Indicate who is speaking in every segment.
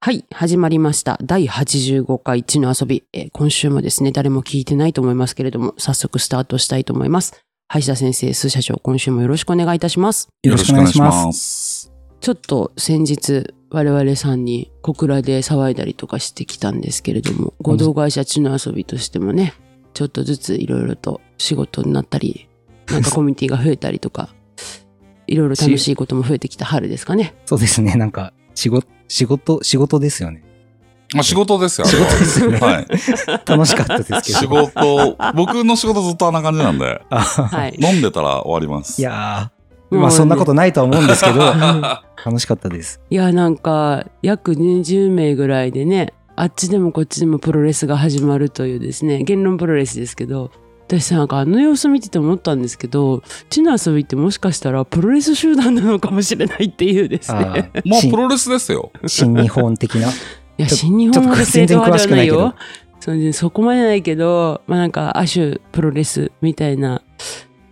Speaker 1: はい、始まりました。第85回地の遊び、えー今週もですね、誰も聞いてないと思いますけれども、早速スタートしたいと思います。林田先生、スー社長、今週もよろしくお願いいたします。
Speaker 2: よろしくお願いします。
Speaker 3: す。
Speaker 1: ちょっと先日、我々さんに小倉で騒いだりとかしてきたんですけれども、合同会社地の遊びとしてもね、ちょっとずついろいろと仕事になったり、なんかコミュニティが増えたりと か、いろいろ楽しいことも増えてきた春ですか ね。
Speaker 2: そうですね。なんか、仕事、仕事、仕事ですよね。
Speaker 3: まあ仕事ですよ。
Speaker 2: 仕事ですよね。
Speaker 3: はい。
Speaker 2: 楽しかったですけど。
Speaker 3: 仕事、僕の仕事ずっとあんな感じなんで、
Speaker 2: あ
Speaker 1: はい。
Speaker 3: 飲んでたら終わります。
Speaker 2: いやー、まあそんなことないとは思うんですけ ど、楽しかったです。
Speaker 1: いやなんか約20名ぐらいでねあっちでもこっちでもプロレスが始まるというですね言論プロレスですけど私なんかあの様子見てて思ったんですけど地の遊びってもしかしたらプロレス集団なのかもしれないっていうです
Speaker 2: あ
Speaker 1: ね
Speaker 2: ー
Speaker 3: もう
Speaker 2: 新
Speaker 3: プロレスですよ。
Speaker 2: 新日本的な。
Speaker 1: いや
Speaker 2: ちょ
Speaker 1: 新日本
Speaker 2: ちょっ
Speaker 1: の
Speaker 2: と
Speaker 1: 正統派ではない
Speaker 2: 全然
Speaker 1: よ
Speaker 2: 詳
Speaker 1: そんでそこまでないけどまあなんか亜種プロレスみたいな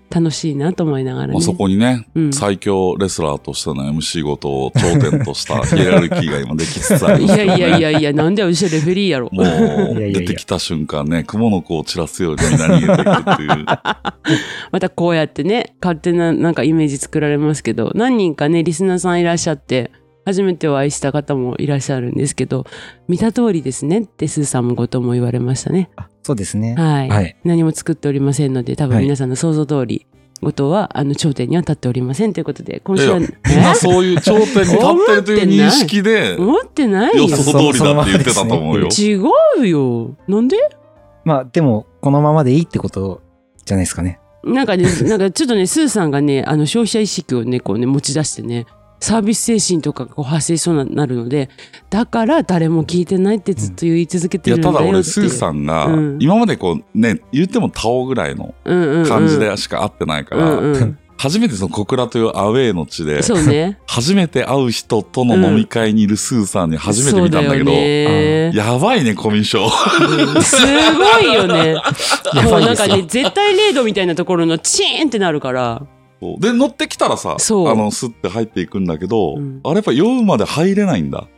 Speaker 1: 楽しいなと思いながら
Speaker 3: ま
Speaker 1: ね
Speaker 3: あそこにね、
Speaker 1: うん
Speaker 3: 最強レスラーとしての MC ごとを頂点としたヒエラルキーが今できつつある、
Speaker 1: いやいやい
Speaker 3: や。
Speaker 1: やいやなんでうちレフェリーやろ
Speaker 3: もう
Speaker 2: いやいやいや
Speaker 3: 出てきた瞬間ね、雲の子を散らすようにみんな逃げていくっていう。
Speaker 1: またこうやってね勝手ななんかイメージ作られますけど何人かねリスナーさんいらっしゃって初めてお会いした方もいらっしゃるんですけど見た通りですねってスーさんもごとも言われましたね
Speaker 2: あそうですね。
Speaker 1: はい、
Speaker 2: はい。
Speaker 1: 何も作っておりませんので多分皆さんの想像通り、ごとはあの頂点には立っておりませんということで今週は、
Speaker 3: いや
Speaker 1: え
Speaker 3: 今そういう頂点に立ってるという認識で、
Speaker 1: 思ってないよ
Speaker 3: 予想通りだって言ってたと思うよ。
Speaker 1: 違うよなんで
Speaker 2: まあでも、このままでいいってことじゃないですかね。
Speaker 1: なんかね、なんかちょっとね、スーさんがね、あの消費者意識をね、こうね、持ち出してね、サービス精神とかがこう発生しそうになるので、だから誰も聞いてないってずっと言い続け
Speaker 3: い
Speaker 1: てる
Speaker 3: や、
Speaker 1: んだよって
Speaker 3: ただ
Speaker 1: いう。
Speaker 3: 俺、スーさんが
Speaker 1: うん、
Speaker 3: 今までこうね、言ってもタオぐらいの
Speaker 1: うんうんうん、
Speaker 3: 感じでしか会ってないか
Speaker 1: う
Speaker 3: ら、
Speaker 1: んうん、
Speaker 3: 初めてその小倉というアウェーの地で、
Speaker 1: そうね。
Speaker 3: 初めて会う人との飲み会にいるスーさんに初めて見たんだけど、
Speaker 1: そうよね
Speaker 3: やばいね、コミュ障。
Speaker 1: うんすごいよね。
Speaker 2: や
Speaker 1: もう
Speaker 2: ばい
Speaker 1: なん
Speaker 2: です
Speaker 1: か
Speaker 2: よ
Speaker 1: ね、絶対零度みたいなところのチーンってなるから、
Speaker 3: で、乗ってきたらさ、あ
Speaker 1: そう
Speaker 3: の、スッて入っていくんだけど、
Speaker 1: うん
Speaker 3: あれやっぱ酔うまで入れないんだ。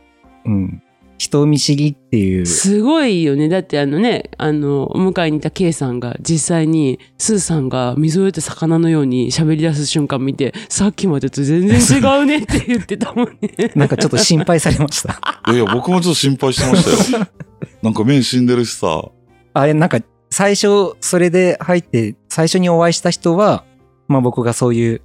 Speaker 2: うん。人見知りっていう。
Speaker 1: すごいよね。だってあのね、あの、お迎えにいた K さんが実際に、スーさんが水を得て魚のように喋り出す瞬間見て、さっきまでと全然違うねって言ってたもんね。
Speaker 2: なんかちょっと心配されま した。
Speaker 3: いやいや、僕もちょっと心配してま したよ。なんか目死んでるしさ、
Speaker 2: あれ、なんか最初、それで入って、最初にお会いした人は、まあ僕がそういう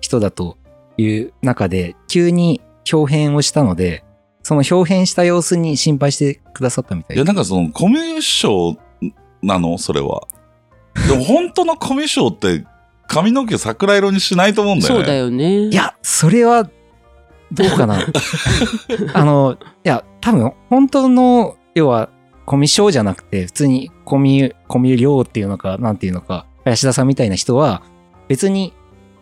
Speaker 2: 人だという中で、急に表変をしたので、その表変した様子に心配してくださったみたい
Speaker 3: いや、
Speaker 2: で
Speaker 3: なんかその、コミュ障なのそれは。でも、本当のコミュ障って、髪の毛桜色にしないと思うんだ
Speaker 1: そ
Speaker 3: よね。
Speaker 1: うだよね。
Speaker 2: いや、それは、どうかな。あの、いや、多分、本当の、要は、コミショじゃなくて、普通にコミュ、コミュ量っていうのか、なんていうのか、林田さんみたいな人は、別に、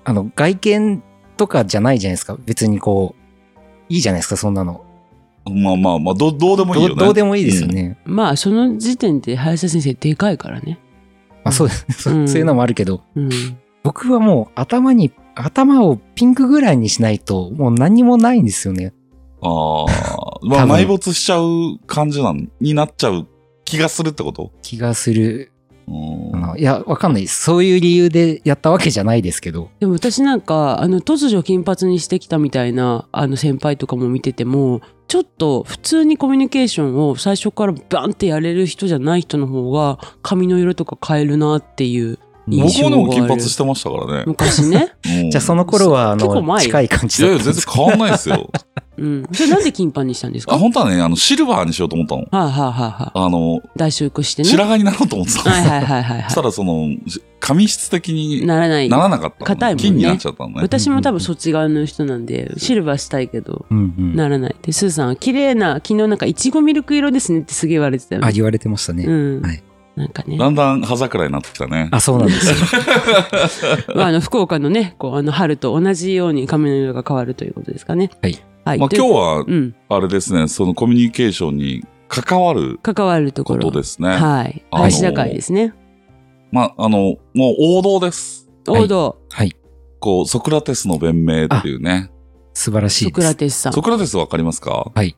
Speaker 2: あの、外見とかじゃないじゃないですか。別にこう、いいじゃないですか、そんなの。
Speaker 3: まあまあまあ、どどうでもいいよ
Speaker 2: ど
Speaker 3: ね。
Speaker 2: うどうでもいいですよね。
Speaker 1: まあ、その時点で林田先生でかいからね。
Speaker 2: まあ、そう です、そううんそういうのもあるけど、
Speaker 1: うん。
Speaker 2: 僕はもう頭に、頭をピンクぐらいにしないと、もう何もないんですよね。
Speaker 3: あ あ、まあ
Speaker 2: 多分
Speaker 3: 埋没しちゃう感じなんになっちゃう気がするってこと
Speaker 2: 気がする。
Speaker 3: うん
Speaker 2: あのいや、わかんないです。そういう理由でやったわけじゃないですけど。
Speaker 1: でも私なんか、あの、突如金髪にしてきたみたいな、あの、先輩とかも見てても、ちょっと普通にコミュニケーションを最初からバンってやれる人じゃない人の方が、髪の色とか変えるなっていう
Speaker 3: 僕もでも金髪してましたからね。
Speaker 1: 昔ね。
Speaker 3: うん
Speaker 2: じゃあその頃は、あ
Speaker 1: 結構
Speaker 2: の、
Speaker 1: 前
Speaker 2: 近い感じ
Speaker 3: い
Speaker 2: だ
Speaker 3: やいや、
Speaker 2: ったん
Speaker 3: 全
Speaker 2: で
Speaker 3: 然
Speaker 2: す
Speaker 3: 変わんな いですよ。
Speaker 1: うん。 それなんで金パンにしたんですか
Speaker 3: あ、
Speaker 1: は
Speaker 3: 本当はね、あの、シルバーにしようと思ったの。
Speaker 1: あ、はあはあはあ、
Speaker 3: あの、
Speaker 1: 大修復してね。
Speaker 3: 白髪になろうと思ってたの。
Speaker 1: はいはいはいはい、
Speaker 3: そした
Speaker 1: は
Speaker 3: ら、その、し髪質的
Speaker 1: い。
Speaker 3: に
Speaker 1: ならない。
Speaker 3: ならなかったの。
Speaker 1: 硬いもんね
Speaker 3: 金になっちゃったのね。
Speaker 1: 私も多分そっち側の人なんで、シルバーしたいけど、
Speaker 2: うんうん
Speaker 1: ならない。で、スーさんは、綺麗な、昨日なんか、いちごミルク色ですねってすげえ言われてたよ
Speaker 2: あ、
Speaker 1: ね。
Speaker 2: 言われてましたね。
Speaker 1: うん。
Speaker 2: はい
Speaker 1: なんかね。
Speaker 3: だんだん葉桜になってきたね。
Speaker 2: あ、そうなんですよ。
Speaker 1: まあ、あの、福岡のね、こう、あの、春と同じように髪の色が変わるということですかね。
Speaker 2: はい。
Speaker 1: はい。
Speaker 3: まあ
Speaker 1: という
Speaker 3: 今日は、
Speaker 1: うん。
Speaker 3: あれですね、そのコミュニケーションに関わる
Speaker 1: 関わるとこ
Speaker 3: こ
Speaker 1: ろ。
Speaker 3: とですね。
Speaker 1: はい。
Speaker 3: あのー
Speaker 1: 林田会ですね。
Speaker 3: まあ、あの、もう王道で
Speaker 2: は
Speaker 3: す。
Speaker 2: い
Speaker 1: 王道、
Speaker 2: はい。
Speaker 3: こう、ソクラテスの弁明っていうね。
Speaker 2: 素晴らし
Speaker 1: ソ
Speaker 2: いで
Speaker 1: クラ
Speaker 2: す。
Speaker 1: テスさん
Speaker 3: ソ。クラテスわかりますか
Speaker 2: はい。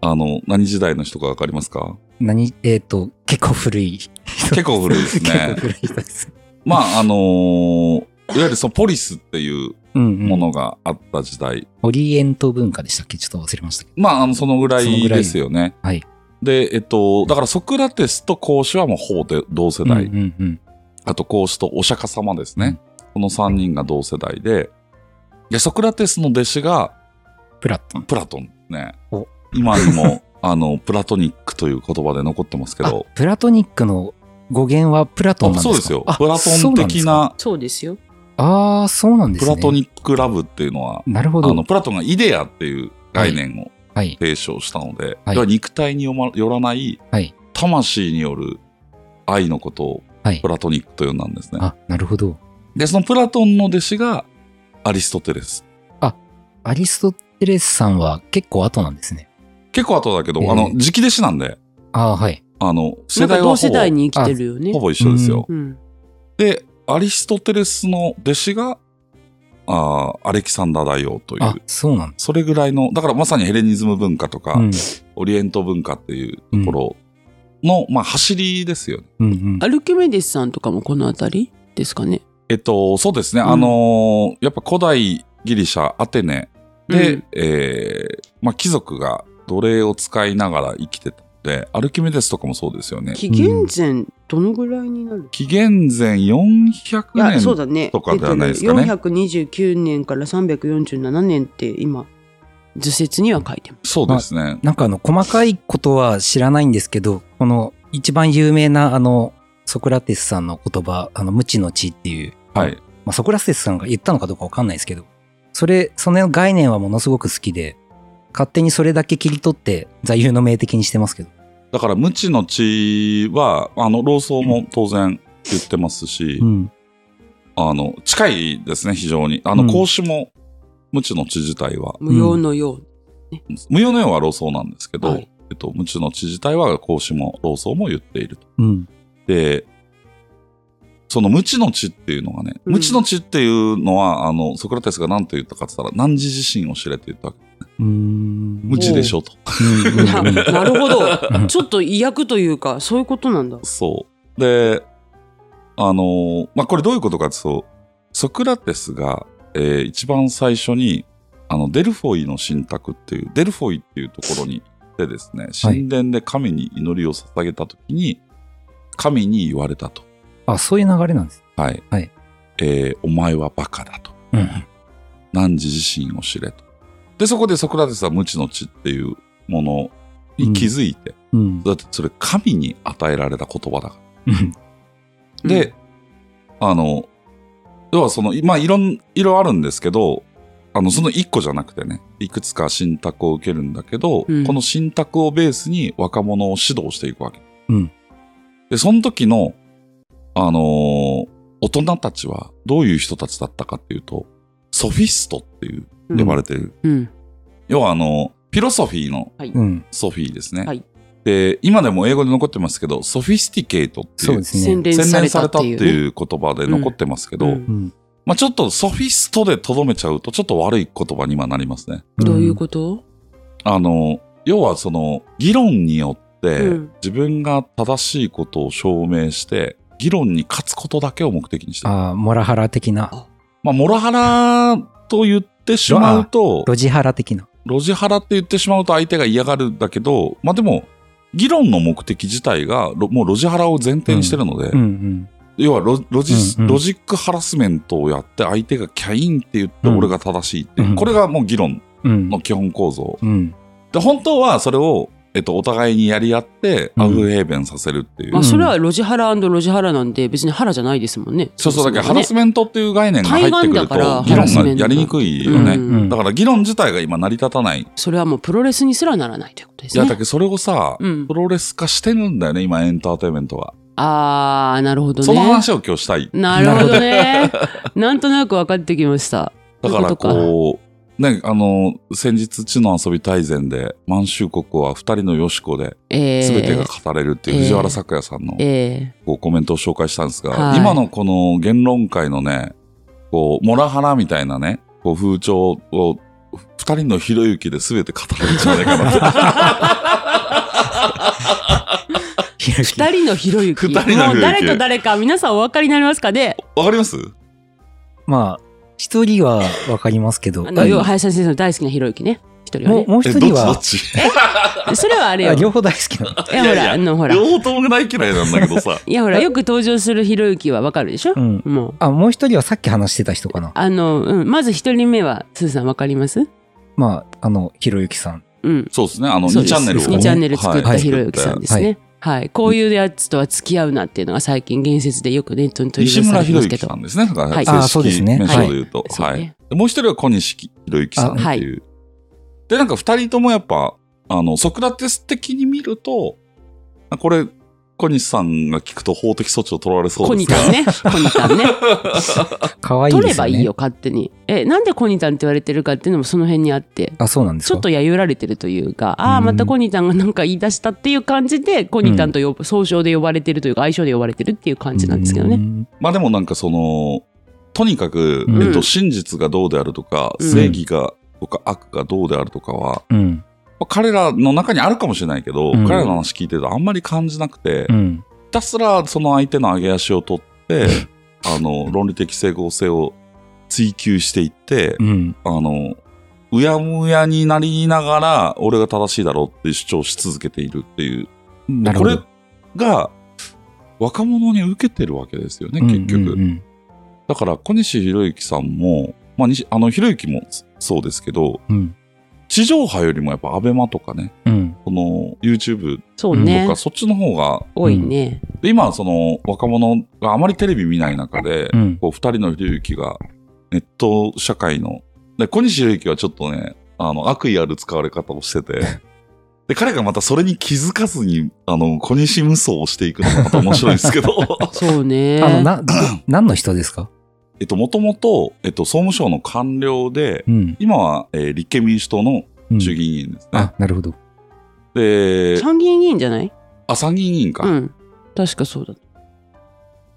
Speaker 3: あの、何時代の人かわかりますか
Speaker 2: 何、えっ、と、結構古い。
Speaker 3: 結構古いですね
Speaker 2: 結構古い人です。
Speaker 3: まあ、あのーいわゆるそのポリスっていう
Speaker 2: うん、う
Speaker 3: も
Speaker 2: ん。
Speaker 3: のがあった時代。
Speaker 2: オリエント文化でしたっけちょっと忘れましたけど。
Speaker 3: まあ、あの、そのぐら
Speaker 2: その
Speaker 3: い
Speaker 2: ぐらい
Speaker 3: ですよね。
Speaker 2: はい。
Speaker 3: で、えっと、だからソクラテスと孔子はもうほぼ同世代。
Speaker 2: うんうんうん。
Speaker 3: あと孔子とお釈迦様ですね。この3人が同世代で。で、ソクラテスの弟子が
Speaker 2: プラトン。
Speaker 3: プラトンですね
Speaker 2: お。
Speaker 3: 今にも、 あの、プラトニックという言葉で残ってますけ
Speaker 2: あ
Speaker 3: ど。、
Speaker 2: プラトニックの語源はプラトンなんです
Speaker 3: そ
Speaker 2: か
Speaker 3: うですよ。
Speaker 2: あ
Speaker 3: プラトン的。な
Speaker 1: そうですよ。
Speaker 2: ああー、そうなんで
Speaker 3: プ
Speaker 2: すね。
Speaker 3: ラトニックラブっていうのは、
Speaker 2: なるほ
Speaker 3: あの、
Speaker 2: ど。
Speaker 3: プラトンがイデアっていう概念を
Speaker 2: はい。
Speaker 3: 提唱したので、
Speaker 2: はい
Speaker 3: 要は肉体によまよらない
Speaker 2: はい。
Speaker 3: 魂による愛のことを
Speaker 2: はい
Speaker 3: プ。ラトニックと呼んだんですね。
Speaker 2: あ、なるほど。
Speaker 3: で、そのプラトンの弟子がアリストテレス。
Speaker 2: アリストテレスさんは結構後なんですね。
Speaker 3: 結構後だけど、
Speaker 2: ええ
Speaker 3: あの、直弟子なんで、
Speaker 2: ああ、はい。
Speaker 3: あの、世
Speaker 1: なんか
Speaker 3: 代は
Speaker 1: 同
Speaker 3: ほ
Speaker 1: 世
Speaker 3: ぼ
Speaker 1: 代に生きてるよね
Speaker 3: ほ。ぼ一緒ですよ。
Speaker 1: うん。
Speaker 3: で、アリストテレスの弟子が、あーアレキサンダー大王とい
Speaker 2: あ
Speaker 3: う、、
Speaker 2: そうなんで
Speaker 3: それぐらいの、だからまさにヘレニズム文化とか、
Speaker 2: す。
Speaker 3: オリエント文化っていうところの、まあ、走りですよね。
Speaker 2: うん。うんうん。
Speaker 1: アルキメデスさんとかもこの辺りですかね。
Speaker 3: えっと、そうですね。
Speaker 1: うん
Speaker 3: あのーやっぱ古代ギリシャ、アテネで、
Speaker 1: うん
Speaker 3: えーまあ、貴族が奴隷を使いながら生きてたので、アルキメデスとかもそうですよね。
Speaker 1: 紀元前どのぐらいになる、
Speaker 3: 紀元前400
Speaker 1: いやそう
Speaker 3: 年
Speaker 1: だね
Speaker 3: とかではないですかね
Speaker 1: えっと429年から347年って今図説には書いてま
Speaker 3: そうですね。
Speaker 2: なんかあの、細かいことは知らないんですけど、この一番有名なあの、ソクラテスさんの言葉、あの、無知の知っていう、
Speaker 3: はい。
Speaker 2: まあ、ソクラテスさんが言ったのかどうかわかんないですけど、それ、その概念はものすごく好きで、勝手にそれだけ切り取って座右の銘的にしてますけど。
Speaker 3: だから、無知の知は、あの、老僧も当然言ってますし、
Speaker 2: うん。
Speaker 3: あの、近いですね、非常に。あ
Speaker 2: う
Speaker 3: の、
Speaker 2: ん
Speaker 3: 孔子も、無知の知自体は、
Speaker 1: す無用のよう、
Speaker 3: 無用のようは老僧なんですけど、
Speaker 1: はい
Speaker 3: えっと、無知の知自体は孔子も老僧も言っていると。
Speaker 2: うん。
Speaker 3: で、その無知の知っていうのがね、
Speaker 1: うん
Speaker 3: 無知の知っていうのは、あの、ソクラテスが何と言ったかって言ったら、何時自身を知れって言ったわけ。
Speaker 2: うーん。
Speaker 3: 無知でしょと。
Speaker 2: うんうん うん
Speaker 1: ななるほ
Speaker 2: う
Speaker 1: ど
Speaker 2: ん
Speaker 1: ちょっと意訳というかそういうことなんだ
Speaker 3: そう。で、あのーまあ、これどういうことかっていうと、ソクラテスが、えー一番最初に、あの、デルフォイの神託っていう、デルフォイっていうところに行ってですね、神殿で神に祈りを捧げたときに、神に言われたと。
Speaker 2: あ、そういう流れなんです。
Speaker 3: はい。
Speaker 2: はい
Speaker 3: えーお前はバカだと。
Speaker 2: うん。
Speaker 3: 何時自身を知れと。で、そこでソクラテスは無知の知っていうものに気づいて、
Speaker 2: うん。
Speaker 3: だってそれ神に与えられた言葉だから。
Speaker 2: うん
Speaker 3: で、あの、要はその、まあ、いろん、いろいろあるんですけど、あの、その一個じゃなくてね、いくつか信託を受けるんだけど、
Speaker 1: うん
Speaker 3: この信託をベースに若者を指導していくわけ。
Speaker 2: うん
Speaker 3: で、その時の、あのー大人たちはどういう人たちだったかっていうと、ソフィストっていう、
Speaker 1: うん
Speaker 3: 呼ばれてる。
Speaker 1: うん
Speaker 3: 要はあの、フィロソフィーの
Speaker 2: うん。
Speaker 3: ソフィーですね。
Speaker 1: はい
Speaker 3: で、今でも英語で残ってますけど、ソフィスティケイトって
Speaker 2: そ
Speaker 3: いうう
Speaker 2: です
Speaker 1: 洗
Speaker 2: ね。
Speaker 1: 練
Speaker 3: 洗
Speaker 1: さ
Speaker 3: 練
Speaker 1: れ
Speaker 3: さ
Speaker 1: た
Speaker 3: れ
Speaker 1: った
Speaker 3: ってて
Speaker 1: いうね
Speaker 3: いう言葉で残ってますけど、
Speaker 1: うん
Speaker 2: うん。
Speaker 3: まあちょっとソフィストでとどめちゃうとちょっと悪い言葉にはなりますね。
Speaker 1: どういうこと、
Speaker 3: あの、要はその議論によって
Speaker 1: うん
Speaker 3: 自分が正しいことを証明して、議論に勝つことだけを目的にしてる。
Speaker 2: ああ、モラハラ的な、
Speaker 3: まあ、モラハラと言ってしまうと、
Speaker 2: ロジハラ的な。
Speaker 3: ロジハラって言ってしまうと相手が嫌がるんだけど、まあでも、議論の目的自体がロもうロジハラを前提にしてるので、
Speaker 2: うんうん。
Speaker 3: 要はロロジス
Speaker 2: うんうん
Speaker 3: ロジックハラスメントをやって相手がキャインって言って
Speaker 2: うん
Speaker 3: 俺が正しいっていう、
Speaker 2: うん
Speaker 3: これがもう議論
Speaker 2: うん。
Speaker 3: の基本構造。
Speaker 2: うん。
Speaker 3: で、本当はそれを、えっと、お互いにやり合って、
Speaker 2: うん
Speaker 3: アフヘーベンさせるっていう。
Speaker 1: まあ、それはロジハラロジハラなんで別にハラじゃないですもんね
Speaker 3: そうそう、だからハ
Speaker 1: も
Speaker 3: ラスメントっていう概念が入ってく
Speaker 1: 対岸だ
Speaker 3: ると
Speaker 1: から、
Speaker 3: 議
Speaker 2: ハ
Speaker 3: 論
Speaker 2: ラス
Speaker 3: が
Speaker 1: メント
Speaker 3: やりにくいよね。
Speaker 1: うん
Speaker 3: だから議論自体が今成り立たない。
Speaker 1: それはもうプロレスにすらならないということで
Speaker 3: い
Speaker 1: す
Speaker 3: や、
Speaker 1: ね
Speaker 3: だけどそれをさ、
Speaker 1: うん
Speaker 3: プ、ロレス化してるんだよね、今エンターテインメントが。
Speaker 1: あーなるほどね
Speaker 3: その話を今日したい。
Speaker 1: なるほどね。 なんとなく分かってきました。
Speaker 3: だから
Speaker 1: そういう
Speaker 3: こう、ね、あの、先日、地の遊び大全で、満州国は二人のよしこで、
Speaker 1: えー、
Speaker 3: 全てが語れるってい
Speaker 1: え
Speaker 3: う
Speaker 1: ー
Speaker 3: 藤原咲也さんの
Speaker 1: え
Speaker 3: こうコメントを紹介したんですが、
Speaker 1: はい
Speaker 3: 今のこの言論会のね、こう、モラハラみたいなね、 こう風潮を、二人のひろゆきで全て語れるんじゃないかなって。
Speaker 2: ひろゆき
Speaker 1: 二人のひろゆき。
Speaker 3: 二人のひろゆき
Speaker 1: もう誰と誰か、皆さんお分かりになりますかね。
Speaker 3: わかります
Speaker 2: まあ、一人はわかりますけど、
Speaker 1: あ
Speaker 2: あ
Speaker 1: の、要は林先生の大好きなひろゆきね。一人は
Speaker 2: もう
Speaker 1: ね。
Speaker 2: もう
Speaker 3: え
Speaker 2: 一
Speaker 3: どっち
Speaker 2: 人
Speaker 3: ど
Speaker 2: は
Speaker 3: っ、ち
Speaker 1: それはあれよ。
Speaker 2: あ
Speaker 1: い
Speaker 2: 両方大好きなの。
Speaker 1: や、ほ
Speaker 3: いやい
Speaker 1: ら、
Speaker 3: や
Speaker 1: あの、ほら。
Speaker 3: 両方ともない嫌いなんだけどさ
Speaker 1: いや、ほら、よく登場するひろゆきはわかるでしょ
Speaker 2: うん。
Speaker 1: もう。
Speaker 2: あ、もう一人はさっき話してた人かな。
Speaker 1: あの、うん、まず一人目は、すーさんわかります
Speaker 2: まあ、あの、ひろゆきさん。
Speaker 1: うん。
Speaker 3: そうですねあの
Speaker 1: そう
Speaker 3: 2
Speaker 1: で
Speaker 3: チ
Speaker 1: す
Speaker 3: ャンネルを
Speaker 1: 2チャンネル作った
Speaker 3: はい
Speaker 1: ひろゆきさんですね。はい。こういうやつとは付き合うなっていうのが最近言説でよくネットに取り
Speaker 3: 西
Speaker 1: 上げられ
Speaker 3: 村
Speaker 1: て
Speaker 3: ひ
Speaker 1: ま
Speaker 3: ろ
Speaker 1: す
Speaker 3: ゆ
Speaker 1: け
Speaker 3: き
Speaker 1: ど
Speaker 3: さ。んですね。だから
Speaker 1: はい
Speaker 2: あ
Speaker 3: 正
Speaker 2: ーそうです
Speaker 3: 式
Speaker 2: ね
Speaker 3: 名称で言うと。
Speaker 1: そう
Speaker 3: はい。
Speaker 1: ね。
Speaker 3: でもう一人は小西ひろゆきさんっていう。で、なんか二人ともやっぱ、あの、ソクラテス的に見ると、あこれ、小西さんが聞くと法的措置を取られそ
Speaker 1: コ
Speaker 3: うで
Speaker 1: ニ
Speaker 3: すが
Speaker 1: タンね。コニタン ね。
Speaker 2: かわいい
Speaker 1: 取
Speaker 2: で
Speaker 1: れ
Speaker 2: すよ
Speaker 1: ば
Speaker 2: ね。
Speaker 1: いいよ、勝手に。え、なんでコニタンって言われてるかっていうのもその辺にあって。
Speaker 2: あ、そうなんです
Speaker 1: ち
Speaker 2: か
Speaker 1: ょっとやゆられてるというか、ああ、
Speaker 2: うん
Speaker 1: またコニタンがなんか言い出したっていう感じで、コニタンと呼ぶ、総称で呼ばれてるというか、愛称で呼ばれてるっていう感じなんですけどね。
Speaker 2: ね。
Speaker 3: まあでもなんかその、とにかく、
Speaker 2: うん
Speaker 3: えっと、真実がどうであるとか、
Speaker 1: うん
Speaker 3: 正義が、とか悪がどうであるとかは、
Speaker 2: うん。
Speaker 3: まあ彼らの中にあるかもしれないけど、
Speaker 2: うん
Speaker 3: 彼らの話聞いてるとあんまり感じなくて、
Speaker 2: うん。
Speaker 3: ひたすらその相手の上げ足を取って、あの、論理的整合性を追求していって
Speaker 2: う、ん。
Speaker 3: あの、うやむやになりながら、俺が正しいだろうって主張し続けているっていう。
Speaker 2: なる
Speaker 3: こ
Speaker 2: ほど
Speaker 3: れが、若者に受けてるわけですよね、結局。
Speaker 2: うんうん
Speaker 3: だから、小西博之さんも、まあ、西あの、博之もそうですけど、
Speaker 2: うん。
Speaker 3: 地上波よりもやっぱアベマとかね、
Speaker 2: うん。
Speaker 3: この YouTube
Speaker 1: そう
Speaker 3: と
Speaker 1: ね
Speaker 3: か、。そっちの方が
Speaker 1: 多いね。
Speaker 3: で今はその若者があまりテレビ見ない中で、
Speaker 2: うん
Speaker 3: こう二人のひろゆきがネット社会ので小西ひろゆきはちょっとねあの悪意ある使われ方をしててで彼がまたそれに気づかずにあの小西無双をしていくのがまた面白い んですけど
Speaker 1: そう
Speaker 2: あの、
Speaker 1: ね。
Speaker 2: な、 何の人ですか
Speaker 3: えっともともと、えっと、総務省の官僚で
Speaker 2: うん。
Speaker 3: 今は、えー立憲民主党の
Speaker 2: うん
Speaker 3: 衆議院議員ですね
Speaker 2: あ、、なるほど。
Speaker 3: で
Speaker 1: 参議院議員じゃない
Speaker 3: あ参議院議員か,、
Speaker 1: う
Speaker 3: だ
Speaker 1: ん。確かそうだ。
Speaker 3: か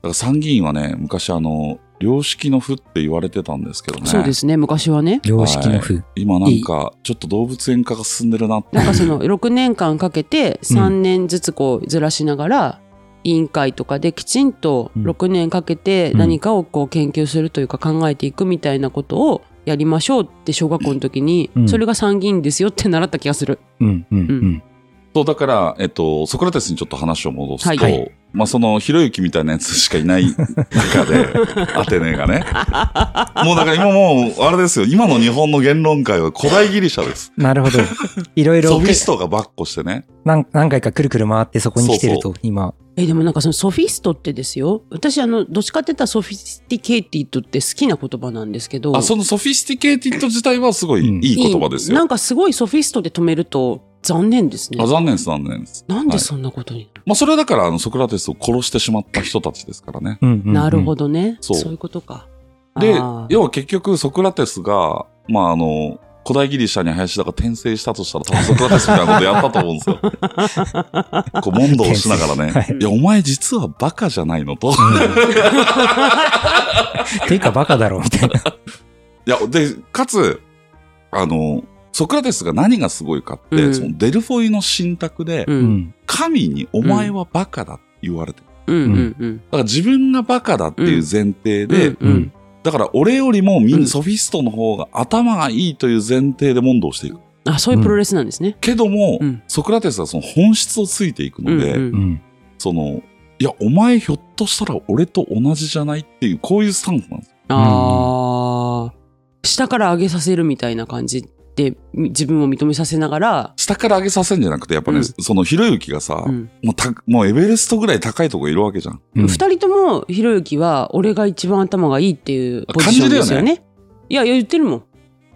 Speaker 3: ら参議院はね昔あの良識の府って言われてたんですけどね
Speaker 1: そうですね、昔はね。
Speaker 2: 良識の風。
Speaker 3: 今なんかちょっと動物園化が進んでるなって
Speaker 1: なんかその6年間かけて3年ずつこうずらしながら委員会とかできちんと
Speaker 2: うん
Speaker 1: 6年かけて何かをこう研究するというか考えていくみたいなことをやりましょうって小学校の時に
Speaker 2: うん
Speaker 1: それが参議院ですよって習った気がする。
Speaker 2: うん、うん、うん。
Speaker 3: そうだから、えっと、ソクラテスにちょっと話を戻すと、
Speaker 1: はい
Speaker 3: まあそのひろゆきみたいなやつしかいない中 でアテネがねもうだから今もうあれですよ今の日本の言論界は古代ギリシャです
Speaker 2: なるほ ど。いろいろ
Speaker 3: ソフィストがばっこしてね
Speaker 2: 何何回かくるくる回ってそこに来てると、今。
Speaker 1: えでもなんかそのソフィストってですよ私あのどっちかって言ったらソフィスティケイティッドって好きな言葉なんですけど
Speaker 3: あそのソフィスティケーティッド自体はすごい
Speaker 2: うん
Speaker 3: いい言葉ですよ、
Speaker 1: なんかすごいソフィストで止めると残念ですね
Speaker 3: あ。残念です残念です
Speaker 1: なんで
Speaker 3: はい
Speaker 1: そんなことに
Speaker 3: まあそれはだからあのソクラテスを殺してしまった人たちですからね
Speaker 2: うんうんうん
Speaker 1: なるほどね。
Speaker 3: そう
Speaker 1: そういうことか。
Speaker 3: で
Speaker 1: あー、
Speaker 3: 要は結局ソクラテスが、まああの、古代ギリシャに林田が転生したとしたら、多分ソクラテスみたいなことやったと思うん ですよ。こう、問答をしながらね。
Speaker 2: はい
Speaker 3: い、や、お前実はバカじゃないのと。
Speaker 2: ていうかバカだろ、みたいな。
Speaker 3: いや、で、かつ、あの、ソクラテスが何がすごいかって、
Speaker 1: うん
Speaker 3: そのデルフォイの信託で、
Speaker 1: うん
Speaker 2: うん。
Speaker 3: 神にお前はバカだって言われてる。
Speaker 1: うんうんうん
Speaker 3: だから自分がバカだっていう前提で、
Speaker 1: うんうん
Speaker 3: だから俺よりもみん
Speaker 1: うん
Speaker 3: ソフィストの方が頭がいいという前提で問答していく。
Speaker 1: あそういうプロレスなんですね。
Speaker 3: けども、
Speaker 1: うん
Speaker 3: ソクラテスはその本質をついてい
Speaker 1: う
Speaker 3: くの
Speaker 1: ん
Speaker 3: で、
Speaker 2: う
Speaker 1: うん
Speaker 2: ん。
Speaker 3: そのいやお前ひょっとしたら俺と同じじゃないっていうこういうスタンスなんですよ
Speaker 1: ああ下から上げさせるみたいな感じでみ自分を認めさせながら、
Speaker 3: 下から上げさせんじゃなくてやっぱね、
Speaker 1: うん
Speaker 3: そのひろゆきがさ、
Speaker 1: うん
Speaker 3: もうたもうエベレストぐらい高いとこいるわけじゃん
Speaker 2: うん
Speaker 1: 2人ともひろゆきは俺が一番頭がいいっていうポジションですよ
Speaker 3: 感じだ
Speaker 1: ね。いやいや言ってるもん。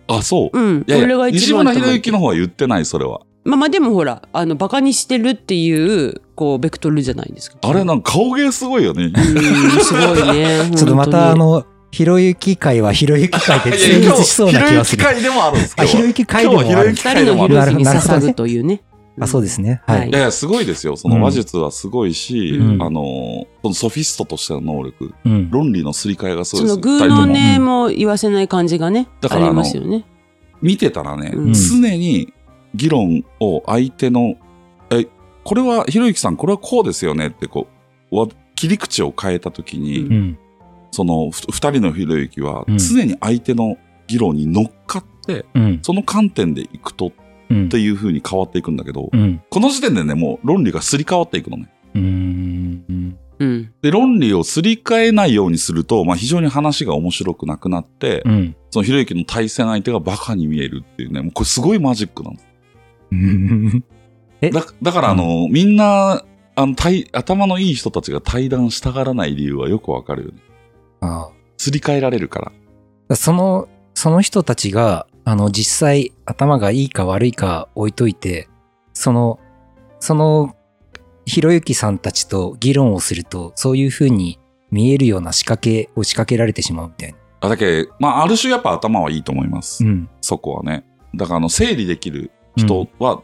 Speaker 3: あそ
Speaker 1: う
Speaker 3: う、
Speaker 1: ん、
Speaker 3: いやい
Speaker 1: 俺
Speaker 3: や
Speaker 1: が一
Speaker 3: 西
Speaker 1: 番
Speaker 3: 村
Speaker 1: 頭
Speaker 3: ひろ
Speaker 1: がい
Speaker 3: ゆ
Speaker 1: い
Speaker 3: きの方は言ってないそれは
Speaker 1: まあまあでもほらあのバカにしてるっていうこうベクトルじゃないですか。
Speaker 3: あれなんか顔芸すごいよね
Speaker 1: うんすごいね。
Speaker 2: ちょっとまたあ
Speaker 1: 本当に
Speaker 2: の、ひろゆき会はひろゆき会で成立しそうな気がする。
Speaker 3: 会でもあるんです
Speaker 2: あ、ひろゆき会でも
Speaker 3: 今日
Speaker 2: あ
Speaker 3: はひろ
Speaker 2: る
Speaker 3: ゆき。
Speaker 1: 二人のひろゆきに捧ぐというね。
Speaker 2: あ、そうですね。は
Speaker 1: はいい
Speaker 3: い。やいやすごいですよその話術はすごいし、
Speaker 2: うん
Speaker 3: あのそのソフィストとしての能力
Speaker 2: うん。
Speaker 3: 論理のすり替えがすごい
Speaker 1: そ
Speaker 3: です
Speaker 1: の
Speaker 3: よ
Speaker 1: 偶
Speaker 3: 二人と
Speaker 1: の
Speaker 3: も
Speaker 1: ねも言わせない感じがね、
Speaker 3: だか
Speaker 1: あ
Speaker 3: らあの
Speaker 1: りますよね。
Speaker 3: 見てたらね、
Speaker 1: うん
Speaker 3: 常に議論を相手の、え、これは、ひろゆきさん、これはこうですよねって、こうわ、切り口を変えたときに、
Speaker 1: うん
Speaker 2: うん。
Speaker 3: その、ふ二人のひろゆきは
Speaker 2: う、ん
Speaker 3: 常に相手の議論に乗っかって、
Speaker 2: うん。
Speaker 3: その観点でいくとっ
Speaker 2: うん
Speaker 3: て。いう風に変わっていくんだけど、
Speaker 2: うん。
Speaker 3: この時点でね、もう論理がすり替わっていくのね。
Speaker 2: うん。
Speaker 1: うん。
Speaker 3: で、論理をすり替えないようにすると、まあ非常に話が面白くなくなって、
Speaker 2: うん。
Speaker 3: そのひろゆきの対戦相手がバカに見えるっていうね、もうこれすごいマジックなの。
Speaker 2: うん。え
Speaker 3: だだからあの、みんな、あの、対頭のいい人たちが対談したがらない理由はよくわかるよね。
Speaker 2: あ
Speaker 3: すり替えられるから。
Speaker 2: あ。その、その人たちが、あの、実際、頭がいいか悪いか置いといて、その、その、ひろゆきさんたちと議論をすると、そういうふうに見えるような仕掛けを仕掛けられてしまうみたいな。
Speaker 3: あだけどまあ、ある種やっぱ頭はいいと思います。
Speaker 2: ん。
Speaker 3: そこはね。だから、あの、整理できる人は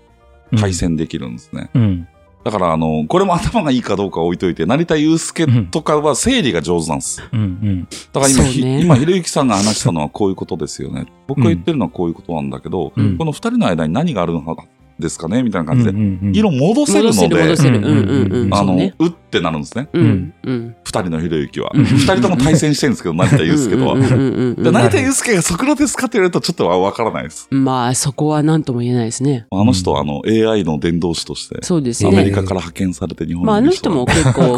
Speaker 3: 対。戦できるんですね。
Speaker 2: うん。
Speaker 3: だから、あの、これも頭がいいかどうか置いといて、成田悠介とかは整理が上手なんです。
Speaker 2: うん。うん。
Speaker 3: だから
Speaker 1: そ
Speaker 3: 今、
Speaker 1: う
Speaker 3: ひ
Speaker 1: ね
Speaker 3: 今、ひろゆきさんが話したのはこういうことですよね。僕が言ってるのはこういうことなんだけど、
Speaker 2: うん
Speaker 3: この二人の間に何があるのですかねみたいな感じで、議
Speaker 2: 色
Speaker 3: 論戻せる
Speaker 1: 戻せ
Speaker 3: の
Speaker 1: る
Speaker 3: で、
Speaker 1: 戻せる。
Speaker 2: うん
Speaker 1: うんうんうん。
Speaker 3: あ
Speaker 1: そ
Speaker 3: の、
Speaker 1: う
Speaker 3: う
Speaker 1: ね。
Speaker 3: ってなるんですね。
Speaker 1: うんうん。
Speaker 3: 二人のひろゆきは。
Speaker 1: うん
Speaker 3: 二人とも対戦してるんですけど、成田悠介とは。
Speaker 1: うんうん
Speaker 3: で
Speaker 1: うんうん
Speaker 3: 成田悠介がソクラテスかって言われるとちょっとわからないです。
Speaker 1: まあそこは何とも言えないですね。
Speaker 3: あの人はあの AI の伝道師として、
Speaker 1: そうです
Speaker 3: アメ
Speaker 1: ね。
Speaker 3: リカから派遣されて日本に
Speaker 1: まああの人も結構
Speaker 2: 怖っ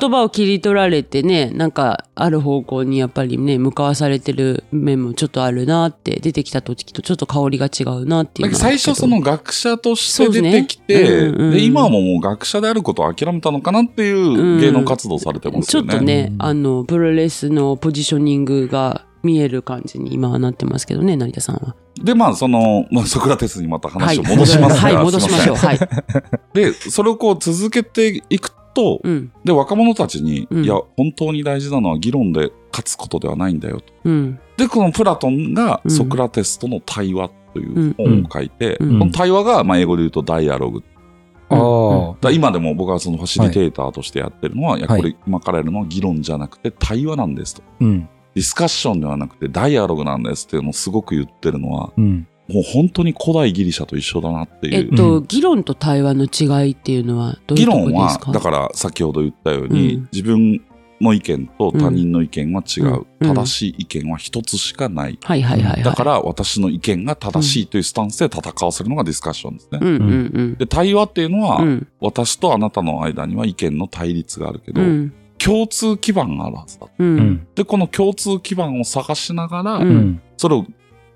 Speaker 1: 言葉を切り取られてねなんかある方向にやっぱりね向かわされてる面もちょっとあるなって出てきた時とちょっと香りが違うなってい
Speaker 3: だ
Speaker 1: う
Speaker 3: け
Speaker 1: の
Speaker 3: ど
Speaker 1: はあるけ
Speaker 3: 最
Speaker 1: ど
Speaker 3: 初その学者として出てき
Speaker 1: そうですね
Speaker 3: て、
Speaker 1: うんうんうん
Speaker 3: で今はもうもう学者であることを諦めたのかなっていう芸能活動されてます
Speaker 1: ち
Speaker 3: よ
Speaker 1: ょっ
Speaker 3: ね。
Speaker 1: とね
Speaker 2: う、ん
Speaker 1: あの、プロレスのポジショニングが見える感じに今はなってますけどね、成田さんは。
Speaker 3: で、まあその、まあ、ソクラテスにまた
Speaker 1: はい。
Speaker 3: 話を戻しますか
Speaker 1: はい、
Speaker 3: ら、
Speaker 1: 戻しましょう。
Speaker 3: す
Speaker 1: はい。
Speaker 3: いませんで、それをこう続けていくと、
Speaker 1: うん。
Speaker 3: で、若者たちに、
Speaker 1: うん
Speaker 3: いや、本当に大事なのは議論で勝つことではないんだよと。
Speaker 1: うん。
Speaker 3: で、このプラトンが
Speaker 1: うん
Speaker 3: ソクラテスとの対話という本を書いて、
Speaker 1: うん
Speaker 2: うん
Speaker 3: この対話が、まあ、英語で言うとダイアログ。だか
Speaker 2: ああ。
Speaker 3: ら今でも僕はそのファシリテーターとしてやってるのは、い、や、
Speaker 2: はい
Speaker 3: これ今からやるのは議論じゃなくて対話なんですと。
Speaker 2: うん。
Speaker 3: ディスカッションではなくてダイアログなんですっていうのをすごく言ってるのは、
Speaker 2: うん。
Speaker 3: もう本当に古代ギリシャと一緒だなってい
Speaker 1: え
Speaker 3: う
Speaker 1: っ。と、議論と対話の違いっていうのはどうい
Speaker 3: 議
Speaker 1: うとこ
Speaker 3: 論
Speaker 1: ろです
Speaker 3: は
Speaker 1: か、
Speaker 3: だから先ほど言ったように、
Speaker 1: うん
Speaker 3: 自分の意見と他人の意見は違う。
Speaker 1: うんうん
Speaker 3: 正しい意見は一つしかない。
Speaker 1: はいはいはいはい。
Speaker 3: だから私の意見が正しいというスタンスで戦わせるのがディスカッションですね。
Speaker 1: うんうん
Speaker 3: で、対話っていうのは、
Speaker 1: うん。うん。
Speaker 3: 私とあなたの間には意見の対立があるけど、
Speaker 1: うん。
Speaker 3: 共通基盤があるはずだ。
Speaker 1: う。
Speaker 2: うんん。
Speaker 3: で、この共通基盤を探しながら、
Speaker 1: う
Speaker 2: うんん。
Speaker 3: それを、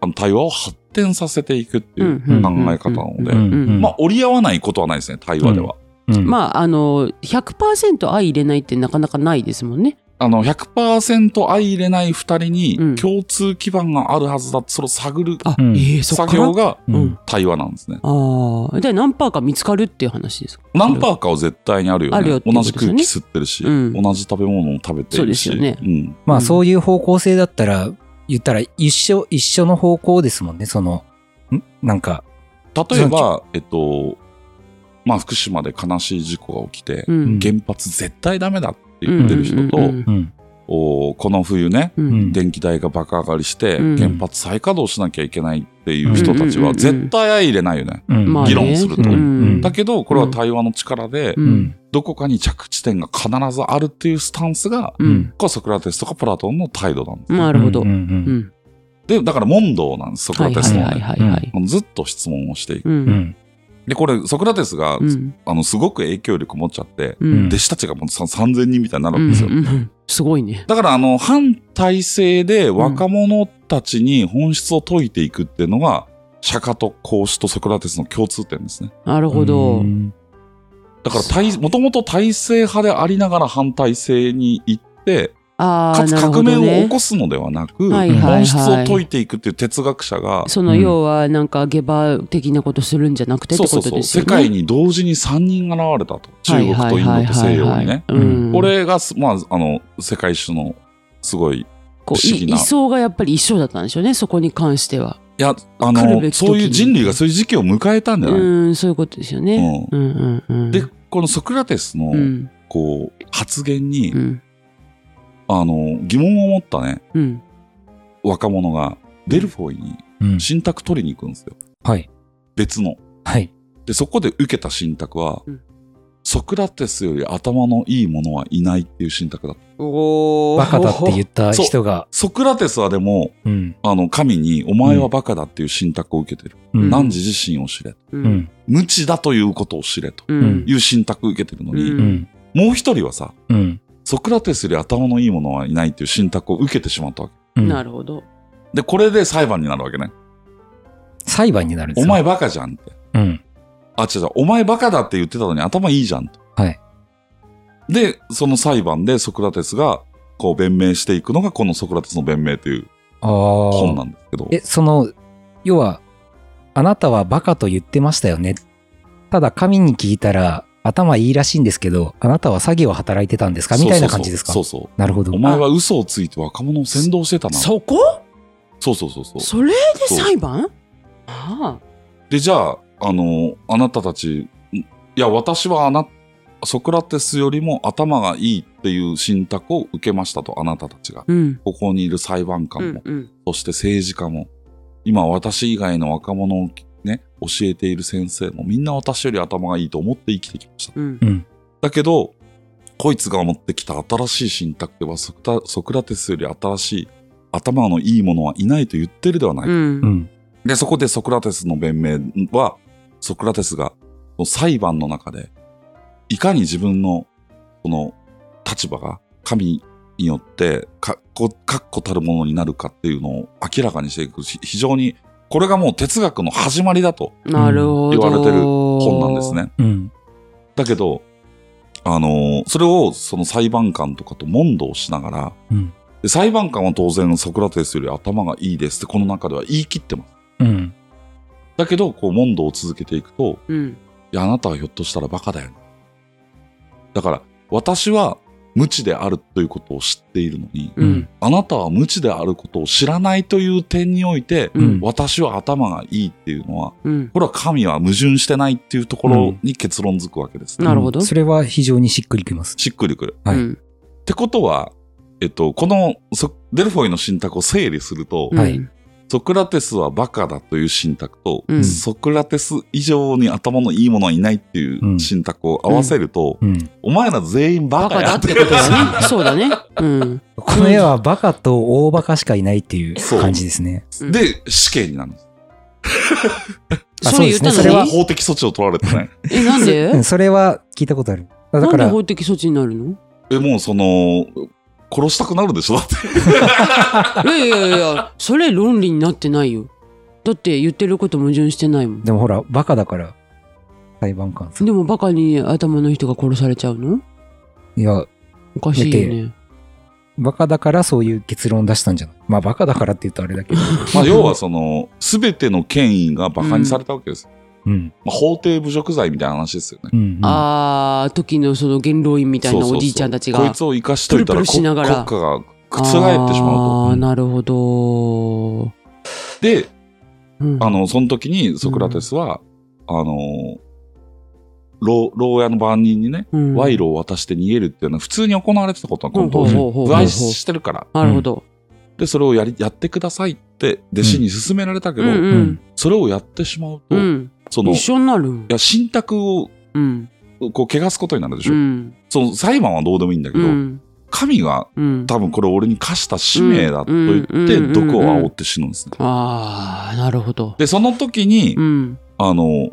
Speaker 3: あの対話を発展させていくっていう
Speaker 1: うん
Speaker 3: 考え方なので、
Speaker 1: うん
Speaker 2: うん
Speaker 3: まあ、折り合わないことはないですね、対話では。
Speaker 2: うん。
Speaker 1: まあ、あの、100%相入れないってなかなかないですもんね。
Speaker 3: あの、100%相入れない二人
Speaker 1: う
Speaker 3: に
Speaker 1: ん
Speaker 3: 共通基盤があるはずだ、それを探る
Speaker 1: あ、
Speaker 2: うん
Speaker 1: ええそっ
Speaker 3: 作
Speaker 1: か
Speaker 3: 業
Speaker 1: ら。
Speaker 3: が
Speaker 2: うん
Speaker 1: うん
Speaker 3: 対話なんですね。
Speaker 1: ああ。で、何パーか見つかるっていう話ですか
Speaker 3: 何パーかは絶対にあるよね。
Speaker 1: あるよっていう
Speaker 3: 同
Speaker 1: こと
Speaker 3: じ
Speaker 1: です
Speaker 3: 空
Speaker 1: よ
Speaker 3: 気
Speaker 1: ね
Speaker 3: 吸ってるし、
Speaker 1: うん
Speaker 3: 同じ食べ物を食べて
Speaker 1: そう
Speaker 3: る
Speaker 1: で
Speaker 3: し。
Speaker 1: すよね
Speaker 3: うん。
Speaker 2: まあそういう方向性だったら、言ったら一緒、一緒の方向ですもんね、その、んなんか、
Speaker 3: 例えば、えっと、まあ、福島で悲しい事故が起きて、
Speaker 1: うん。
Speaker 3: 原発絶対ダメだって言ってる人と、
Speaker 1: うんうんうん
Speaker 2: うん。
Speaker 3: おこの冬ね、
Speaker 1: う。
Speaker 2: うんん。
Speaker 3: 電気代が爆上がりして、
Speaker 1: うん
Speaker 3: 原発再稼働しなきゃいけないっていう人たち
Speaker 1: う
Speaker 3: は
Speaker 1: ん
Speaker 3: 絶対相入れないよね。
Speaker 2: うん
Speaker 1: まあね
Speaker 3: 議論すると
Speaker 1: うん
Speaker 3: だけど、これは対話の力で、
Speaker 1: う
Speaker 2: うんん。
Speaker 3: どこかに着地点が必ずあるっていうスタンスが、
Speaker 1: うん。
Speaker 3: これはソクラテスとかプラトンの態度なんです。
Speaker 1: なるほど
Speaker 2: うん。
Speaker 1: う。ん。
Speaker 3: で、だから問答なんです、ソク
Speaker 1: は
Speaker 3: ラ
Speaker 1: い
Speaker 3: テ
Speaker 1: は
Speaker 3: ス
Speaker 1: い
Speaker 3: の
Speaker 1: はい
Speaker 3: ね。
Speaker 1: はいはい。
Speaker 3: ずっと質問をしていく。
Speaker 1: う。
Speaker 2: うんん。
Speaker 3: で、これ、ソクラテスが、
Speaker 1: うん。
Speaker 3: あの、すごく影響力持っちゃって、
Speaker 1: うん。
Speaker 3: 弟子たちがもうさ3000人みたいになる
Speaker 1: うん
Speaker 3: わけですよ。
Speaker 1: うんすごいね。
Speaker 3: だから、あの、反体制で若者たちに本質を解いていくっていうのが、釈迦と孔子とソクラテスの共通点ですね。
Speaker 1: なるほ
Speaker 2: う
Speaker 1: ど。
Speaker 2: ん
Speaker 3: だから体、もともと体制派でありながら反体制に行って、
Speaker 1: あ
Speaker 3: か
Speaker 1: あ、
Speaker 3: つ
Speaker 1: なる
Speaker 3: 革
Speaker 1: ほど
Speaker 3: 命を起
Speaker 1: ね。
Speaker 3: こすのではなく、
Speaker 1: はいはいはい
Speaker 3: 本質を解いていくっていう哲学者が、
Speaker 1: その
Speaker 2: うん
Speaker 1: 要はなんか下馬的なことするんじゃなくてっ
Speaker 3: そう
Speaker 1: て
Speaker 3: そ
Speaker 1: こ
Speaker 3: う
Speaker 1: と
Speaker 3: そう、
Speaker 1: ですよね。
Speaker 3: 世界に同時に3人現れたと。中国とインドと
Speaker 1: は
Speaker 3: 西洋にね。
Speaker 1: いはいはいはいはいう。
Speaker 2: うん
Speaker 3: これがす、まあ、あの、世界史の、すごい、い
Speaker 1: こう
Speaker 3: 不思議
Speaker 1: い
Speaker 3: な
Speaker 1: 位相がやっぱり一緒だったんでしょうね、そこに関しては。
Speaker 3: や、あ
Speaker 1: 来るべ
Speaker 3: の、
Speaker 1: き時に
Speaker 3: そういう人類がそういう時期を迎えたんじゃない、
Speaker 1: うん、そういうことですよね。
Speaker 3: う
Speaker 1: うんうんうん。
Speaker 3: で、このソクラテスの、
Speaker 1: うん
Speaker 3: こう、発言に、
Speaker 1: うん
Speaker 3: あの、疑問を持ったね、
Speaker 1: うん。
Speaker 3: 若者が、デルフォイに
Speaker 2: うん
Speaker 3: 信託取りに行くんですよ。
Speaker 2: はい。
Speaker 3: 別の。
Speaker 2: はい。
Speaker 3: で、そこで受けた信託は、
Speaker 1: うん
Speaker 3: ソクラテスより頭のいい者はいないっていう信託だった。
Speaker 1: おお
Speaker 2: バカだって言った人が、
Speaker 3: ソクラテスはでも、
Speaker 2: うん。
Speaker 3: あの、神に、お前はバカだっていう信託を受けてる。
Speaker 2: うん
Speaker 3: 何時自身を知れ。
Speaker 1: う
Speaker 2: うんん。
Speaker 3: 無知だということを知れと
Speaker 1: う
Speaker 2: う
Speaker 1: ん
Speaker 2: ん
Speaker 3: いう信託を受けてるのに、
Speaker 1: うん
Speaker 2: うん。
Speaker 3: もう一人はさ、
Speaker 2: うん。
Speaker 3: ソクラテスより頭のいい者はいないっていう信託を受けてしまったわけ。
Speaker 2: うん
Speaker 1: なるほど
Speaker 3: で、これで裁判になるわけね。
Speaker 2: 裁判になるんです
Speaker 3: お
Speaker 2: よ。
Speaker 3: 前バカじゃんって。
Speaker 2: うん。
Speaker 3: あ、違う違う、お前バカだって言ってたのに頭いいじゃんと。
Speaker 2: はい。
Speaker 3: で、その裁判でソクラテスが、こう弁明していくのが、このソクラテスの弁明という
Speaker 2: ああ。
Speaker 3: 本なんですけど、
Speaker 2: え、その、要は、あなたはバカと言ってましたよね。ただ、神に聞いたら、頭いいらしいんですけど、あなたは詐欺を働いてたんですかみたいな感じですか
Speaker 3: そうそうそう。
Speaker 2: なるほど
Speaker 3: お。前は嘘をついて若者を先導してたな。
Speaker 1: そこ
Speaker 3: そうそうそうそう。
Speaker 1: それで裁判あ
Speaker 3: で、じゃあ、あの、あなたたち、んいや、私はあな、ソクラテスよりも頭がいいっていう信託を受けましたと、あなたたちが。
Speaker 1: あうん
Speaker 3: ここにいる裁判
Speaker 1: う
Speaker 3: 官も
Speaker 1: ん、うん
Speaker 3: そして政治家も、今私以外の若者をね、教えている先生も、みんな私より頭がいいと思って生きてきました。
Speaker 1: うん
Speaker 2: うん。
Speaker 3: だけど、こいつが持ってきた新しい信託ではソクタソクラテスより新しい頭のいい者はいないと言ってるではないか
Speaker 1: う
Speaker 2: うんん。
Speaker 3: で、そこでソクラテスの弁明は、ソクラテスがその裁判の中で、いかに自分の、この、立場が神によって、かっこ、かっこたるものになるかっていうのを明らかにしていくし、非常に、これがもう哲学の始まりだと
Speaker 1: なるほど
Speaker 3: 言われてる本なんですね。
Speaker 2: うん。
Speaker 3: だけど、あのーそれをその裁判官とかと問答しながら、
Speaker 2: うん
Speaker 3: で裁判官は当然ソクラテスより頭がいいですってこの中では言い切ってます。
Speaker 2: うん。
Speaker 3: だけど、こう問答を続けていくと、
Speaker 1: うん
Speaker 3: いや、あなたはひょっとしたらバカだよね。だから、私は無知であるということを知っているのに、
Speaker 1: うん
Speaker 3: あなたは無知であることを知らないという点において、
Speaker 1: うん
Speaker 3: 私は頭がいいっていうのは、
Speaker 1: うん
Speaker 3: これは神は矛盾してないっていうところに結論づくわけです、ね
Speaker 1: なるほど
Speaker 2: それは非常にしっくりきます。
Speaker 3: しっくりくる。
Speaker 2: はい
Speaker 1: うん
Speaker 3: ってことは、えっと、このソデルフォイの信託を整理すると、
Speaker 1: うん
Speaker 2: はい
Speaker 3: ソクラテスはバカだという信託と、
Speaker 1: うん
Speaker 3: ソクラテス以上に頭のいいものはいないっていう信託を合わせると、
Speaker 2: うん。
Speaker 3: お前ら全員バ
Speaker 1: バ
Speaker 3: カ
Speaker 1: カ
Speaker 3: や
Speaker 1: だってことだよね そうだねうん
Speaker 2: この絵はバカと大バカしかいないっていう
Speaker 3: そう
Speaker 2: 感じですね。
Speaker 1: うん
Speaker 3: で、死刑になるんです。
Speaker 2: あ
Speaker 1: それ言った
Speaker 2: そ
Speaker 3: そ
Speaker 2: れ
Speaker 3: れ
Speaker 1: の
Speaker 3: は
Speaker 2: は
Speaker 1: に
Speaker 3: 法的措置を取られてね。
Speaker 1: えなん
Speaker 2: う
Speaker 1: で
Speaker 2: んそれは聞いたことある。だ
Speaker 1: なん
Speaker 2: か
Speaker 1: で
Speaker 2: ら、
Speaker 1: 法的措置になるの
Speaker 3: え、もうその、殺したくなるでしょだって。
Speaker 1: いやいやいやいやそれ論理になってないよだって言ってること矛盾してないもん
Speaker 2: でもほら、バカだから、裁判官さん。
Speaker 1: でもバカに頭のいい人が殺されちゃうの
Speaker 2: いや、
Speaker 1: おかしいよね
Speaker 2: バカだからそういう結論出したんじゃないまあ、バカだからって言うとあれだけど。
Speaker 3: まあ、 要はその、すべての権威がバカにされたわけですよ。
Speaker 2: うん。
Speaker 3: まあ、法廷侮辱罪みたいな話ですよね。
Speaker 2: うんうん。
Speaker 1: あー時のその元老院みたい
Speaker 3: そう
Speaker 1: な
Speaker 3: そうそう
Speaker 1: おじいちゃんたち
Speaker 3: こい
Speaker 1: が
Speaker 3: つを生かしといたら
Speaker 1: プルプルしながら
Speaker 3: こ国家が覆ってしまうと。
Speaker 1: あーなるほど、
Speaker 3: で、
Speaker 1: うん
Speaker 3: あの、その時にソクラテスは、あの、牢牢屋の番人にね、
Speaker 1: うん
Speaker 3: 賄賂を渡して逃げるっていうのは普通に行われてたことなのこの当時。
Speaker 1: ほうほうほうほう
Speaker 3: 腐敗してるから。
Speaker 1: なるほど、
Speaker 3: で、それをやり、やってくださいって弟子に勧められたけ
Speaker 1: う
Speaker 3: ど、
Speaker 1: んう
Speaker 2: うんん
Speaker 3: それをやってしまうと、
Speaker 1: うん、
Speaker 3: その、
Speaker 1: 一
Speaker 3: い
Speaker 1: 緒になるん
Speaker 3: や、信託を、
Speaker 1: うん
Speaker 3: こう、汚すことになるでし
Speaker 1: う
Speaker 3: ょ。
Speaker 1: ん
Speaker 3: その、裁判はどうでもいいんだけ
Speaker 1: う
Speaker 3: ど、
Speaker 1: ん
Speaker 3: 神が、
Speaker 1: うん
Speaker 3: 多分これ俺に課した使命だと言って、
Speaker 1: うん
Speaker 3: 毒を煽って死ぬんですね。
Speaker 1: ああなるほど
Speaker 3: で、その時に
Speaker 1: う、ん
Speaker 3: あの、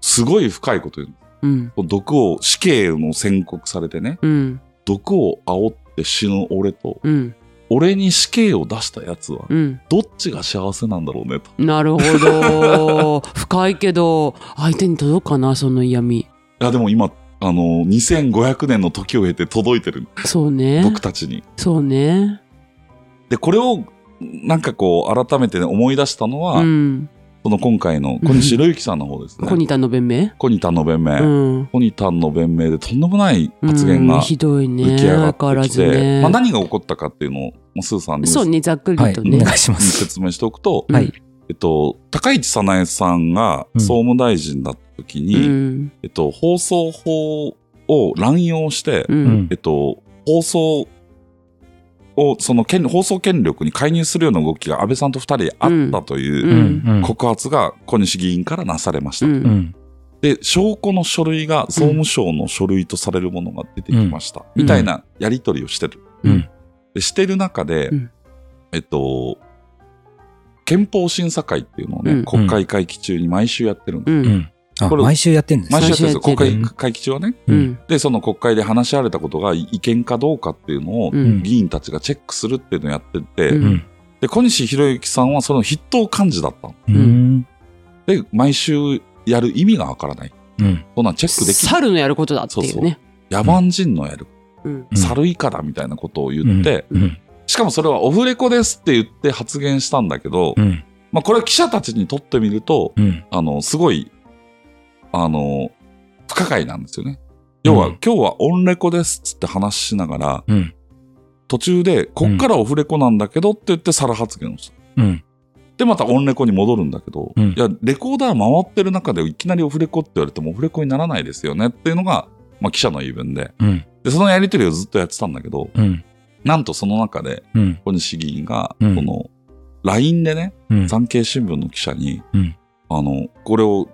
Speaker 3: すごい深いこと言う
Speaker 1: うん
Speaker 3: こう。毒を、死刑の宣告されてね、
Speaker 1: うん
Speaker 3: 毒を煽って死ぬ俺と、
Speaker 1: うん
Speaker 3: 俺に死刑を出したやつは、
Speaker 1: うん
Speaker 3: どっちが幸せなんだろうねと。
Speaker 1: なるほ ど深いけど相手に届くかなその嫌味
Speaker 3: いや、でも今、あの、2500年の時を経て届いてる、
Speaker 1: そうね
Speaker 3: 僕たちに。
Speaker 1: そうね
Speaker 3: で、これを、なんかこう、改めてね思い出したのは、
Speaker 1: うん
Speaker 3: その今回の小西隆之さんの方ですね。
Speaker 1: コニタの弁明
Speaker 3: コニタンの弁明。
Speaker 1: うん
Speaker 3: コニタンの弁明でとんでもない発言
Speaker 1: うん
Speaker 3: が
Speaker 1: ひどいね
Speaker 3: 浮き上が
Speaker 1: 相変わ
Speaker 3: っ
Speaker 1: ら
Speaker 3: てき
Speaker 1: ず
Speaker 3: て、
Speaker 1: ね
Speaker 3: まあ、何が起こったかっていうのを、まあスーさんに
Speaker 1: そうねざっく
Speaker 2: は
Speaker 1: り
Speaker 2: い、
Speaker 1: と
Speaker 2: お
Speaker 1: ね、
Speaker 2: 願いしま
Speaker 3: に
Speaker 2: す。
Speaker 3: 説明しておくと、
Speaker 1: うん
Speaker 2: はい
Speaker 3: えっと、高市早苗さんが
Speaker 2: うん
Speaker 3: 総務大臣だった時
Speaker 1: う
Speaker 3: に、
Speaker 1: ん
Speaker 3: えっと、放送法を乱用して、
Speaker 1: う
Speaker 2: うんん
Speaker 3: えっと、放送を、その権、放送権力に介入するような動きが安倍さんと二人あったといううん
Speaker 2: うん。
Speaker 3: 告発が小西議員からなされました。
Speaker 1: う
Speaker 2: うんん。
Speaker 3: で、証拠の書類が総務省の書類とされるものが出てきまし
Speaker 2: う
Speaker 3: た。
Speaker 2: ん
Speaker 3: みたいなやり取りをしてる。
Speaker 2: うん
Speaker 3: でしてる中で、
Speaker 1: うん
Speaker 3: えっと、憲法審査会っていうのをね、
Speaker 1: うん
Speaker 3: 国会会期中に毎週やってるんで
Speaker 1: う
Speaker 3: す。
Speaker 2: うんん。あ、
Speaker 3: これ
Speaker 2: 毎週やってんですね
Speaker 3: 毎週やってるんですよ。
Speaker 1: 毎
Speaker 3: 国
Speaker 1: 週や
Speaker 2: ってる
Speaker 3: 会会期中はね。
Speaker 1: う
Speaker 2: うんん
Speaker 3: で、その国会で話し合われたことが違憲かどうかっていうのを
Speaker 1: う、ん
Speaker 3: 議員たちがチェックするっていうのをやってて、
Speaker 1: うん
Speaker 2: うん。
Speaker 3: で、小西博之さんはその筆頭幹事だったの。
Speaker 2: うん。
Speaker 3: で、毎週やる意味がわからない。
Speaker 2: うん。
Speaker 3: そんなんチェックできない。
Speaker 1: 猿のやることだっていうね
Speaker 3: 野蛮人のやる。
Speaker 1: うん
Speaker 2: うん
Speaker 3: 猿以下だみたいなことを言って、
Speaker 2: うん。
Speaker 3: しかもそれはオフレコですって言って発言したんだけど、
Speaker 2: うん。
Speaker 3: まあこれは記者たちにとってみると、
Speaker 2: うん。
Speaker 3: あの、すごい、あの、不可解なんですよね。要は、
Speaker 2: うん
Speaker 3: 今日はオンレコですっつって話しながら、
Speaker 2: うん。
Speaker 3: 途中で、こっからオフレコなんだけどって言って猿発言をした。
Speaker 2: うん。
Speaker 3: で、またオンレコに戻るんだけど、
Speaker 2: うん
Speaker 3: いや、レコーダー回ってる中でいきなりオフレコって言われてもオフレコにならないですよねっていうのが、まあ記者の言い分で。
Speaker 2: うん。
Speaker 3: で、そのやりとりをずっとやってたんだけど、
Speaker 2: うん。
Speaker 3: なんとその中で、
Speaker 2: うん。
Speaker 3: 小西議員が、
Speaker 2: うん
Speaker 3: この、LINE でね、
Speaker 2: うん。
Speaker 3: 産経新聞の記者に、
Speaker 2: うん
Speaker 3: あの、これを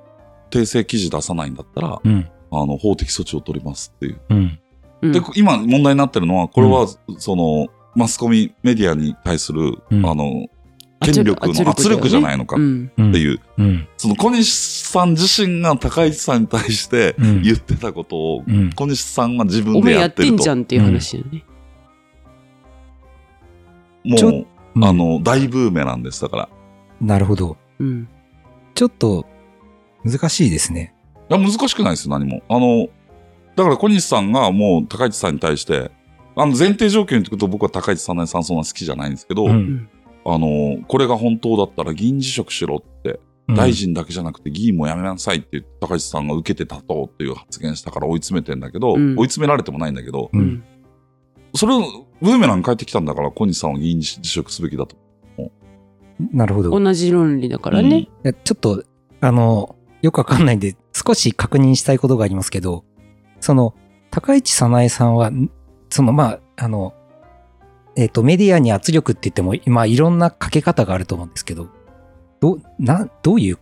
Speaker 3: 訂正記事出さないんだったら、
Speaker 2: うん。
Speaker 3: あの、法的措置を取りますっていう。
Speaker 2: うん。
Speaker 1: うん
Speaker 3: で、今問題になってるのは、これは、その、マスコミ、メディアに対する、
Speaker 2: うん
Speaker 3: あの、
Speaker 1: 圧
Speaker 3: 権
Speaker 1: 力
Speaker 3: 力の圧力じゃないのか
Speaker 1: う
Speaker 3: っ
Speaker 1: ん
Speaker 2: うん。
Speaker 3: ていう、
Speaker 2: うん。
Speaker 3: その小西さん自身が高市さんに対して
Speaker 2: うん。
Speaker 3: 言ってたことを、
Speaker 2: うん。
Speaker 3: 小西さんは自分
Speaker 1: お
Speaker 3: で
Speaker 1: 前
Speaker 3: や
Speaker 1: や
Speaker 3: っ
Speaker 1: ってて
Speaker 3: る
Speaker 1: ん
Speaker 3: と
Speaker 1: じゃんっていう話よね
Speaker 2: ち
Speaker 3: も
Speaker 2: ょ
Speaker 3: う、あ、の、大ブーメランです、だから。
Speaker 2: なるほど。
Speaker 1: うん
Speaker 2: ちょっと、難しいですね。
Speaker 3: いや、難しくないですよ、何も。あの、だから小西さんがもう高市さんに対して、あの、前提条件に言うと僕は高市さんのさんそんな好きじゃないんですけど、
Speaker 2: うん
Speaker 3: あの、これが本当だったら議員辞職しろって、大。臣だけじゃなくて議員も辞めなさいって言って高市さんが受けてたとっていう発言したから追い詰めてんだけど、
Speaker 1: うん
Speaker 3: 追い詰められてもないんだけど、
Speaker 2: う
Speaker 1: うんん。
Speaker 3: それをブーメラン返ってきたんだから小西さんは議員辞職すべきだと。
Speaker 2: なるほど。
Speaker 1: 同じ論理だから
Speaker 3: う
Speaker 1: ね
Speaker 3: ん
Speaker 2: いやちょっと、あの、よくわかんないんで、少し確認したいことがありますけど、その、高市早苗さんは、んその、まあ、あの、えっ、と、メディアに圧力って言っても、まあ、いろんなかけ方があると思うんですけど、どう、な、どういう、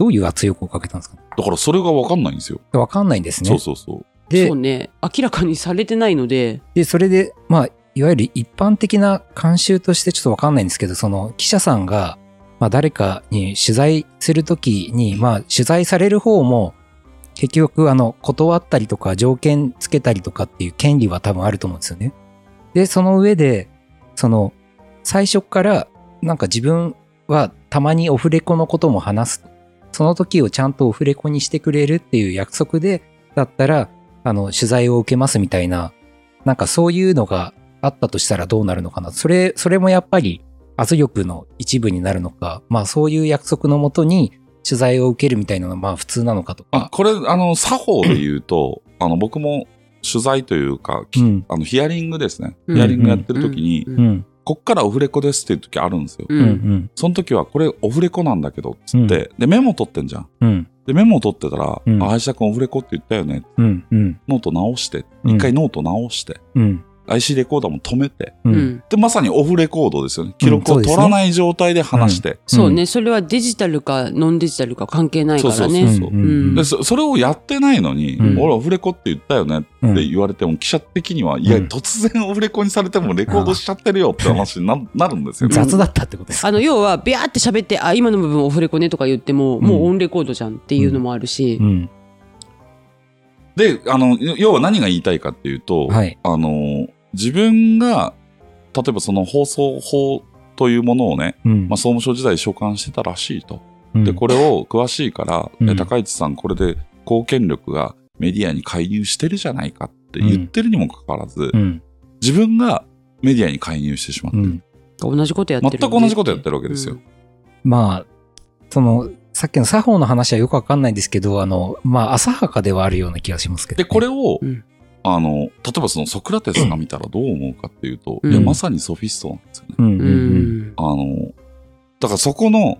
Speaker 2: どういう圧力をかけたんですか
Speaker 3: だからそれがわかんないんですよ。
Speaker 2: わかんないんですね。
Speaker 3: そうそうそう。
Speaker 2: で
Speaker 1: そうね明らかにされてないので
Speaker 2: で、それで、まあ、いわゆる一般的な慣習としてちょっとわかんないんですけど、その記者さんが、まあ、誰かに取材するときに、まあ、取材される方も、結局、あの、断ったりとか、条件つけたりとかっていう権利は多分あると思うんですよね。で、その上で、その、最初から、なんか自分はたまにオフレコのことも話す。その時をちゃんとオフレコにしてくれるっていう約束で、だったら、あの、取材を受けますみたいな、なんかそういうのがあったとしたらどうなるのかな。それ、それもやっぱり圧力の一部になるのか、まあそういう約束のもとに取材を受けるみたいなのはまあ普通なのかと
Speaker 3: あ
Speaker 2: か。
Speaker 3: これあの作法で言う とあの僕も取材というか、き
Speaker 2: うん
Speaker 3: あのヒアリングですね
Speaker 1: うん
Speaker 3: ヒアリングやってる時に、
Speaker 1: うん
Speaker 2: うん。
Speaker 3: こっからオフレコですっていう時あるんですよ、
Speaker 1: う
Speaker 2: うんん。
Speaker 3: その時はこれオフレコなんだけどっつって、でメモ取ってんじゃん
Speaker 2: うん。
Speaker 3: でメモ取ってたら「
Speaker 2: うん
Speaker 3: あ林田君オフレコって言ったよね
Speaker 2: うん。うん。
Speaker 3: ノート直して
Speaker 2: うん
Speaker 3: 一回ノート直して、
Speaker 2: うん。
Speaker 3: IC レコーダーも止めて
Speaker 2: う。
Speaker 1: うんん
Speaker 3: でまさにオフレコードですよね記録
Speaker 2: そ
Speaker 3: を
Speaker 2: うです
Speaker 3: 取
Speaker 2: ね
Speaker 3: らない状態で話して、
Speaker 1: そうねそれはデジタルかノンデジタルか関係ないから
Speaker 3: う
Speaker 1: ね
Speaker 3: んそう
Speaker 1: うん
Speaker 3: でそそれをやってないのに、
Speaker 2: うん
Speaker 3: 俺オフレコって言ったよねって
Speaker 2: うん
Speaker 3: 言われても、記者的には、いや、
Speaker 2: うん
Speaker 3: 突然オフレコにされてもレコードしちゃってるよって話にななるんですよね。
Speaker 2: 雑だったってことですか。
Speaker 1: あの要はビャーって喋ってあ今の部分オフレコねとか言っても、
Speaker 2: ん
Speaker 1: もうオンレコードじゃんっていうのもあるし
Speaker 2: う、ん。
Speaker 3: で、あの、要は何が言いたいかっていうと、
Speaker 2: はい。
Speaker 3: あの、自分が、例えばその放送法というものをね、
Speaker 2: うん
Speaker 3: まあ、総務省時代所管してたらしいと。
Speaker 2: うん
Speaker 3: で、これを詳しいから、
Speaker 2: うん
Speaker 3: え高市さんこれで貢献力がメディアに介入してるじゃないかって言ってるにもかかわらず、
Speaker 2: うん。
Speaker 3: 自分がメディアに介入してしまった。
Speaker 2: うん。
Speaker 1: 同じことやってる
Speaker 3: 全く同じことやってるわけですよ。
Speaker 2: まあ、その、さっきの作法の話はよくわかんないんですけど、あの、まあ、浅はかではあるような気がしますけどね、
Speaker 3: で、これを、
Speaker 1: うん
Speaker 3: あの、例えばそのソクラテスが見たらどう思うかっていうと、
Speaker 1: うん
Speaker 3: いや、まさにソフィストなんですよね。
Speaker 2: うんう
Speaker 1: うん
Speaker 2: うん。
Speaker 1: ん
Speaker 3: あの、だからそこの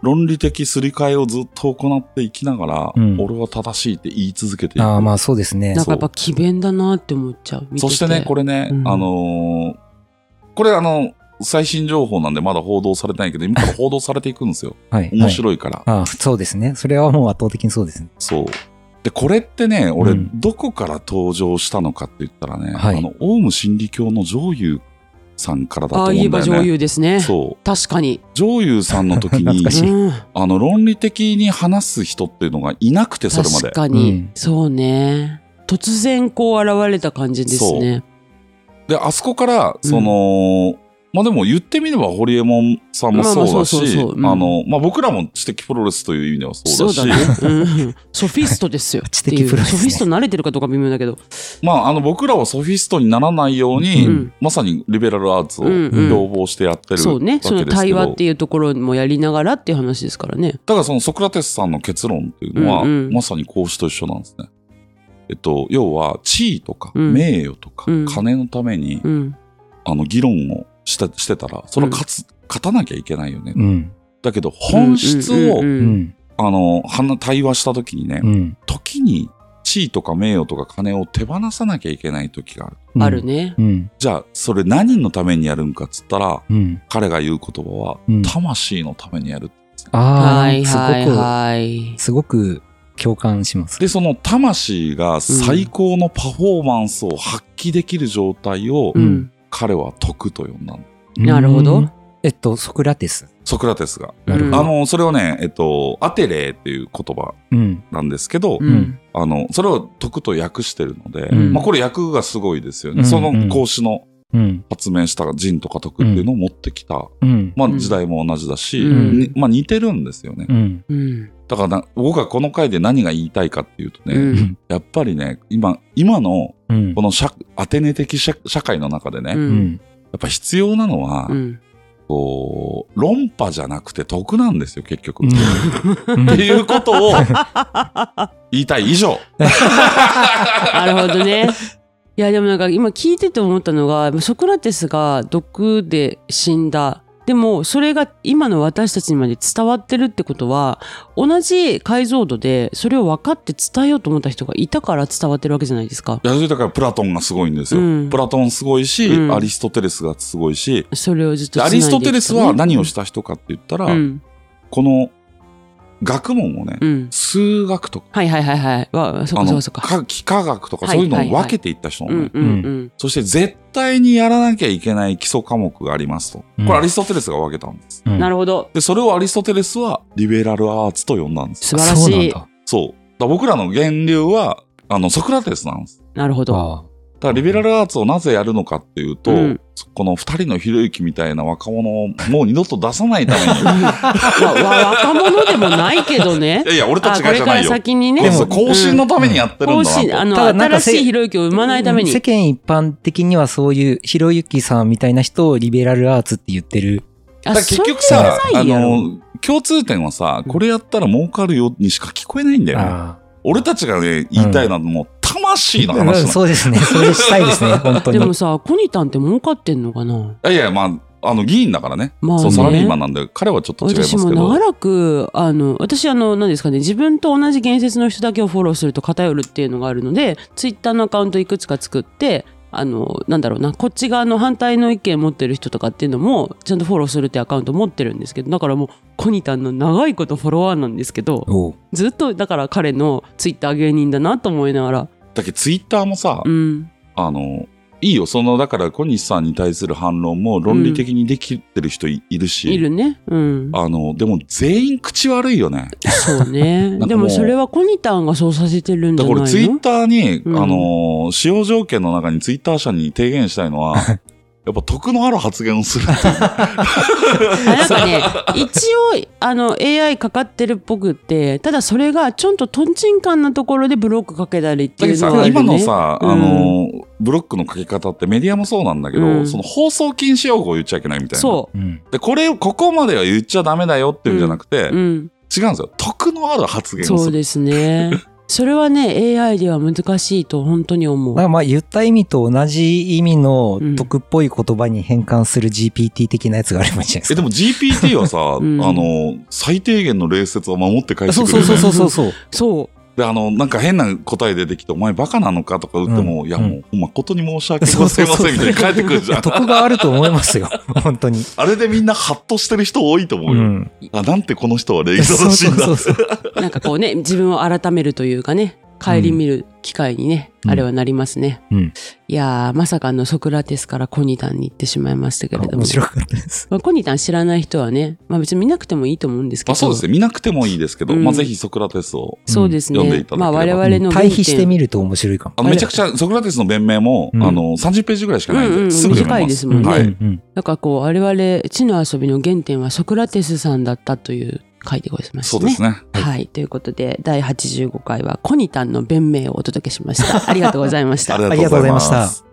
Speaker 3: 論理的すり替えをずっと行っていきながら、
Speaker 2: うん
Speaker 3: 俺は正しいって言い続けていく。
Speaker 2: ああ、まあそうですね
Speaker 1: なん。かやっぱ奇弁だなって思っちゃう見てて
Speaker 3: そしてね、これね、
Speaker 1: うん
Speaker 3: あのーこれあの、最新情報なんでまだ報道されてないけど、今から報道されていくんですよ。
Speaker 2: はい。
Speaker 3: 面
Speaker 2: はい
Speaker 3: 白いから。
Speaker 2: ああそうですね。それはもう圧倒的にそうですね。
Speaker 3: そう。で、これってね、俺、
Speaker 2: うん
Speaker 3: どこから登場したのかって言ったらね、
Speaker 2: はい
Speaker 3: あの、オウム真理教の上優さんからだと
Speaker 1: あ
Speaker 3: 思う
Speaker 1: あ
Speaker 3: ん
Speaker 1: 言
Speaker 3: だ
Speaker 1: え
Speaker 3: よね。
Speaker 1: ば女優ですね
Speaker 3: そう。
Speaker 1: 確かに、
Speaker 3: 上優さんの時に
Speaker 2: 懐か、しい
Speaker 1: うん
Speaker 3: あの、論理的に話す人っていうのがいなくて、それまで
Speaker 1: 確。かに、
Speaker 2: うん
Speaker 1: そうね突然こう現れた感じですね
Speaker 3: で、あそこから、その、まあでも言ってみれば、ホリエモンさんもそう
Speaker 1: まあま
Speaker 3: だ
Speaker 1: あそうそう
Speaker 3: し
Speaker 1: そう、うん
Speaker 3: あの、まあ僕らも知的プロレスという意味ではそうだし、
Speaker 1: ね、うん、ソフィストですよ
Speaker 2: 知的プロレス
Speaker 1: っていうソ
Speaker 2: ね
Speaker 1: フィスト慣れてるかどうか微妙だけど
Speaker 3: まああの僕らはソフィストにならないように、
Speaker 1: うん
Speaker 3: まさにリベラルアーツを
Speaker 1: うんうん
Speaker 3: 標榜してやってるわけですけど、
Speaker 1: そうねその対話っていうところもやりながらっていう話ですからね
Speaker 3: だからそのソクラテスさんの結論っていうのは、
Speaker 1: うんうん
Speaker 3: まさに孔子と一緒なんですね。えっと、要は地位とか
Speaker 1: うん
Speaker 3: 名誉とか
Speaker 1: うん
Speaker 3: 金のために、
Speaker 1: うん
Speaker 3: あの議論をしてしてたらそれは勝つ、勝たなきゃいけないよね。
Speaker 2: うん。
Speaker 3: だけど本質を、
Speaker 1: うんう
Speaker 2: うん
Speaker 1: うん
Speaker 2: ん。
Speaker 3: あの話対話した時にね、
Speaker 2: うん。
Speaker 3: 時に地位とか名誉とか金を手放さなきゃいけない時がある。
Speaker 2: うん
Speaker 1: ある。ね
Speaker 2: うん。
Speaker 3: じゃあそれ何のためにやるんかっつったら
Speaker 2: うん。
Speaker 3: 彼が言う言葉は、
Speaker 2: うん
Speaker 3: 魂のためにやる。
Speaker 2: ああ、
Speaker 1: はいはい
Speaker 2: すごく
Speaker 1: はい
Speaker 2: すごく共感します。
Speaker 3: で、その魂が最高のパフォーマンスを発揮できる状態を、
Speaker 1: う
Speaker 2: うんん、
Speaker 3: 彼は徳と呼んだの
Speaker 1: なるほど
Speaker 2: うん。えっと、ソクラテス。
Speaker 3: ソクラテスが。
Speaker 2: なる
Speaker 1: うん
Speaker 3: あ
Speaker 2: ほど。
Speaker 3: の、それをね、えっと、アテレーっていう言葉
Speaker 2: うん。
Speaker 3: なんですけど、
Speaker 1: うん
Speaker 3: あの、それを徳と訳してるので、
Speaker 2: うん
Speaker 3: まあこれ訳がすごいですよね。
Speaker 2: うん
Speaker 3: その孔子の
Speaker 2: うん。
Speaker 3: 発明した仁とか徳っていうのを持ってきた。
Speaker 2: うん。
Speaker 3: ま
Speaker 1: う
Speaker 3: あ
Speaker 1: ん
Speaker 3: 時代も同じだし、
Speaker 1: うん
Speaker 3: にまあ似てるんですよね。
Speaker 2: うん。
Speaker 1: うん
Speaker 3: だからな僕はこの回で何が言いたいかっていうとね、
Speaker 1: うん
Speaker 3: やっぱりね、今、今の
Speaker 2: うん
Speaker 3: こ。の社アテネ的社社会の中でね、
Speaker 1: う
Speaker 3: や
Speaker 1: ん
Speaker 3: っぱ必要なのは、
Speaker 1: うん
Speaker 3: こう、論破じゃなくて得なんですよ、結局。
Speaker 2: うん
Speaker 3: っていうことを言いたい以上。
Speaker 1: なるほど ね。いやでもなんか今聞いてて思ったのがソクラテスが毒で死んだでもそれが今の私たちにまで伝わってるってことは同じ解像度でそれを分かって伝えようと思った人がいたから伝わってるわけじゃないですか。
Speaker 3: いやそれだからプラトンがすごいんですよ。
Speaker 1: うん
Speaker 3: プラトンすごいし、
Speaker 1: うん
Speaker 3: アリストテレスがすごいし、
Speaker 1: それをずっと
Speaker 3: でアリストテレスは何をしたた人かって言ったら、
Speaker 1: うん
Speaker 3: この学問をね、
Speaker 1: うん、
Speaker 3: 数学とか、
Speaker 1: はいはいはいはいわそっ
Speaker 3: あ
Speaker 1: かそっ
Speaker 3: の
Speaker 1: かそっか。
Speaker 3: か幾何学とか
Speaker 1: はい
Speaker 3: そういうのを
Speaker 1: はい
Speaker 3: 分けていった人な
Speaker 1: う
Speaker 3: のね
Speaker 1: んうんうん
Speaker 3: そして絶対にやらなきゃいけない基礎科目がありますと。
Speaker 2: うん
Speaker 3: これアリストテレスが分けたんです。
Speaker 1: な
Speaker 2: る
Speaker 1: るほど
Speaker 3: で、それをアリストテレスはリベラルアーツと呼んだんです。
Speaker 1: 素晴らしいな
Speaker 3: そう。だから僕らの源流は、あの、ソクラテスなんです。
Speaker 1: るほど。
Speaker 2: あ
Speaker 3: だからリベラルアーツをなぜやるのかっていうと、
Speaker 1: うん
Speaker 3: この二人のひろゆきみたいな若者をもう二度と出さないため
Speaker 1: わ
Speaker 3: に。
Speaker 1: わ若者でもないけどね
Speaker 3: いや。いや、俺た
Speaker 1: あ
Speaker 3: ち
Speaker 1: こ
Speaker 3: がじ
Speaker 1: れ
Speaker 3: ゃ
Speaker 1: か
Speaker 3: ない
Speaker 1: ら
Speaker 3: よ。
Speaker 1: 先にね。
Speaker 3: でも、更新のためにやってるん
Speaker 1: 講
Speaker 3: だ
Speaker 1: 師、
Speaker 3: な
Speaker 1: あの、
Speaker 2: ただなんかせ
Speaker 1: 新しいひろゆきを生まないために。
Speaker 2: 世間一般的にはそういうひろゆきさんみたいな人をリベラルアーツって言ってる
Speaker 1: あ
Speaker 3: だから結局
Speaker 1: それ
Speaker 3: さ
Speaker 1: は、な
Speaker 3: あ
Speaker 1: いやろ
Speaker 3: の、共通点はさ、これやったら儲かるよにしか聞こえないんだよね。
Speaker 2: あ
Speaker 3: 俺たちがね、言いたいのはもう、魂の
Speaker 2: あ、うん
Speaker 3: 話なの。
Speaker 2: そうですねそれしたいで すね本当に
Speaker 1: でもさコニタンって儲かってんのかない
Speaker 3: やいや、まあ、あの、議員だからね。
Speaker 1: まあね
Speaker 3: そう、サラリーマンなんで、彼はちょっと違います
Speaker 1: 私
Speaker 3: けど。
Speaker 1: も長らくあの私あの何ですかね自分と同じ言説の人だけをフォローすると偏るっていうのがあるのでツイッターのアカウントいくつか作ってあのなんだろうなこっち側の反対の意見持ってる人とかっていうのもちゃんとフォローするってアカウント持ってるんですけどだからもうコニタンの長いことフォロワーなんですけど
Speaker 2: おう
Speaker 1: ずっとだから彼のツイッター芸人だなと思いながら
Speaker 3: だけど、ツイッターもさ、
Speaker 1: うん
Speaker 3: あの、いいよ、その、だから、小西さんに対する反論も論理的にできてる人い,、るし、
Speaker 1: いるねうん
Speaker 3: あの、でも全員口悪いよね。
Speaker 1: そうね
Speaker 3: なんかもう
Speaker 1: でもそれはコニタンがそうさせてるんじ
Speaker 3: だ
Speaker 1: ゃ
Speaker 3: か
Speaker 1: ないの
Speaker 3: ら俺、ツイッターに、
Speaker 1: うん
Speaker 3: あの、使用条件の中にツイッター社に提言した いのは、やっぱ得のある発言をするっていう。
Speaker 1: あなんかね一応あの AI かかってるっぽくってただそれがちょっととんちんかんなところでブロックかけたりって
Speaker 3: だけ
Speaker 1: い
Speaker 3: ど
Speaker 1: うの
Speaker 3: さ
Speaker 1: は、ある、ね、
Speaker 3: 今のさ、
Speaker 1: うん
Speaker 3: あの、ブロックのかけ方ってメディアもそうなんだけど、
Speaker 1: うん
Speaker 3: その放送禁止用語を言っちゃいけないみたいな。
Speaker 1: そ
Speaker 2: うん
Speaker 3: で、これをここまでは言っちゃダメだよっていうんじゃなくて、
Speaker 1: う、うん、
Speaker 3: 違うんですよ。得のある発言を
Speaker 1: そ
Speaker 3: す
Speaker 1: う
Speaker 3: る。
Speaker 1: ですねそれはね AI では難しいと本当に思う
Speaker 2: まあまあ言った意味と同じ意味の得っぽい言葉に変換する GPT 的なやつがあればいいんじゃないです
Speaker 3: え、でも GPT はさ、
Speaker 1: うん
Speaker 3: あの、最低限の礼節を守って返
Speaker 2: か。
Speaker 3: して
Speaker 2: そう
Speaker 3: くれる、
Speaker 2: そう
Speaker 3: ね。
Speaker 2: そうそうそうそう。
Speaker 1: そう
Speaker 3: で、あの、なんか変な答え出てきて、お前バカなのかとか言っても、
Speaker 2: うん
Speaker 3: いや、
Speaker 2: うん
Speaker 3: もう、誠に申し訳ございませんみたいに帰ってくるじ ゃん。
Speaker 2: 得があると思い ますよ。本当に。
Speaker 3: あれでみんなハッとしてる人多いと思
Speaker 2: う
Speaker 3: うよ。
Speaker 2: ん。
Speaker 3: あ、なんてこの人は礼儀
Speaker 2: そう
Speaker 3: 正しい
Speaker 2: そ
Speaker 3: んだ。
Speaker 2: うそう。
Speaker 1: なんかこうね、自分を改めるというかね、顧みる機会にね、
Speaker 2: うん
Speaker 1: あれはなりますね。
Speaker 2: うん
Speaker 1: いやー、まさかのソクラテスからコニタンに行ってしまいましたけれども
Speaker 2: 面。白かったです。
Speaker 1: まあ、コニタン知らない人はね、まあ別に見なくてもいいと思うんですけ
Speaker 3: ま
Speaker 1: ど。
Speaker 3: あそうですね。見なくてもいいですけど、
Speaker 1: うん
Speaker 3: まあぜひソクラテスを。
Speaker 1: そうですね。
Speaker 3: 読んでいただければ
Speaker 1: まあ我々の
Speaker 2: 対比してみると面白いかも。
Speaker 3: あの、めちゃくちゃ、ソクラテスの弁明も、
Speaker 2: うん
Speaker 3: あの、30ページぐらいしかないんで、
Speaker 1: うんうん
Speaker 3: すぐ読め
Speaker 1: 短い
Speaker 3: ます。
Speaker 1: ですもんね
Speaker 3: は
Speaker 2: う
Speaker 3: い。
Speaker 2: んうん
Speaker 1: なんかこう、我々、地の遊びの原点はソクラテスさんだったという書いてございまし
Speaker 3: そ
Speaker 1: た
Speaker 3: うで
Speaker 1: ね
Speaker 3: す。ね。
Speaker 1: はい。ということで、第85回はコニタンの弁明をお届けしました。ありがとうございました
Speaker 3: あ。りがとうございま
Speaker 2: ありがとうございま
Speaker 3: し
Speaker 2: したた。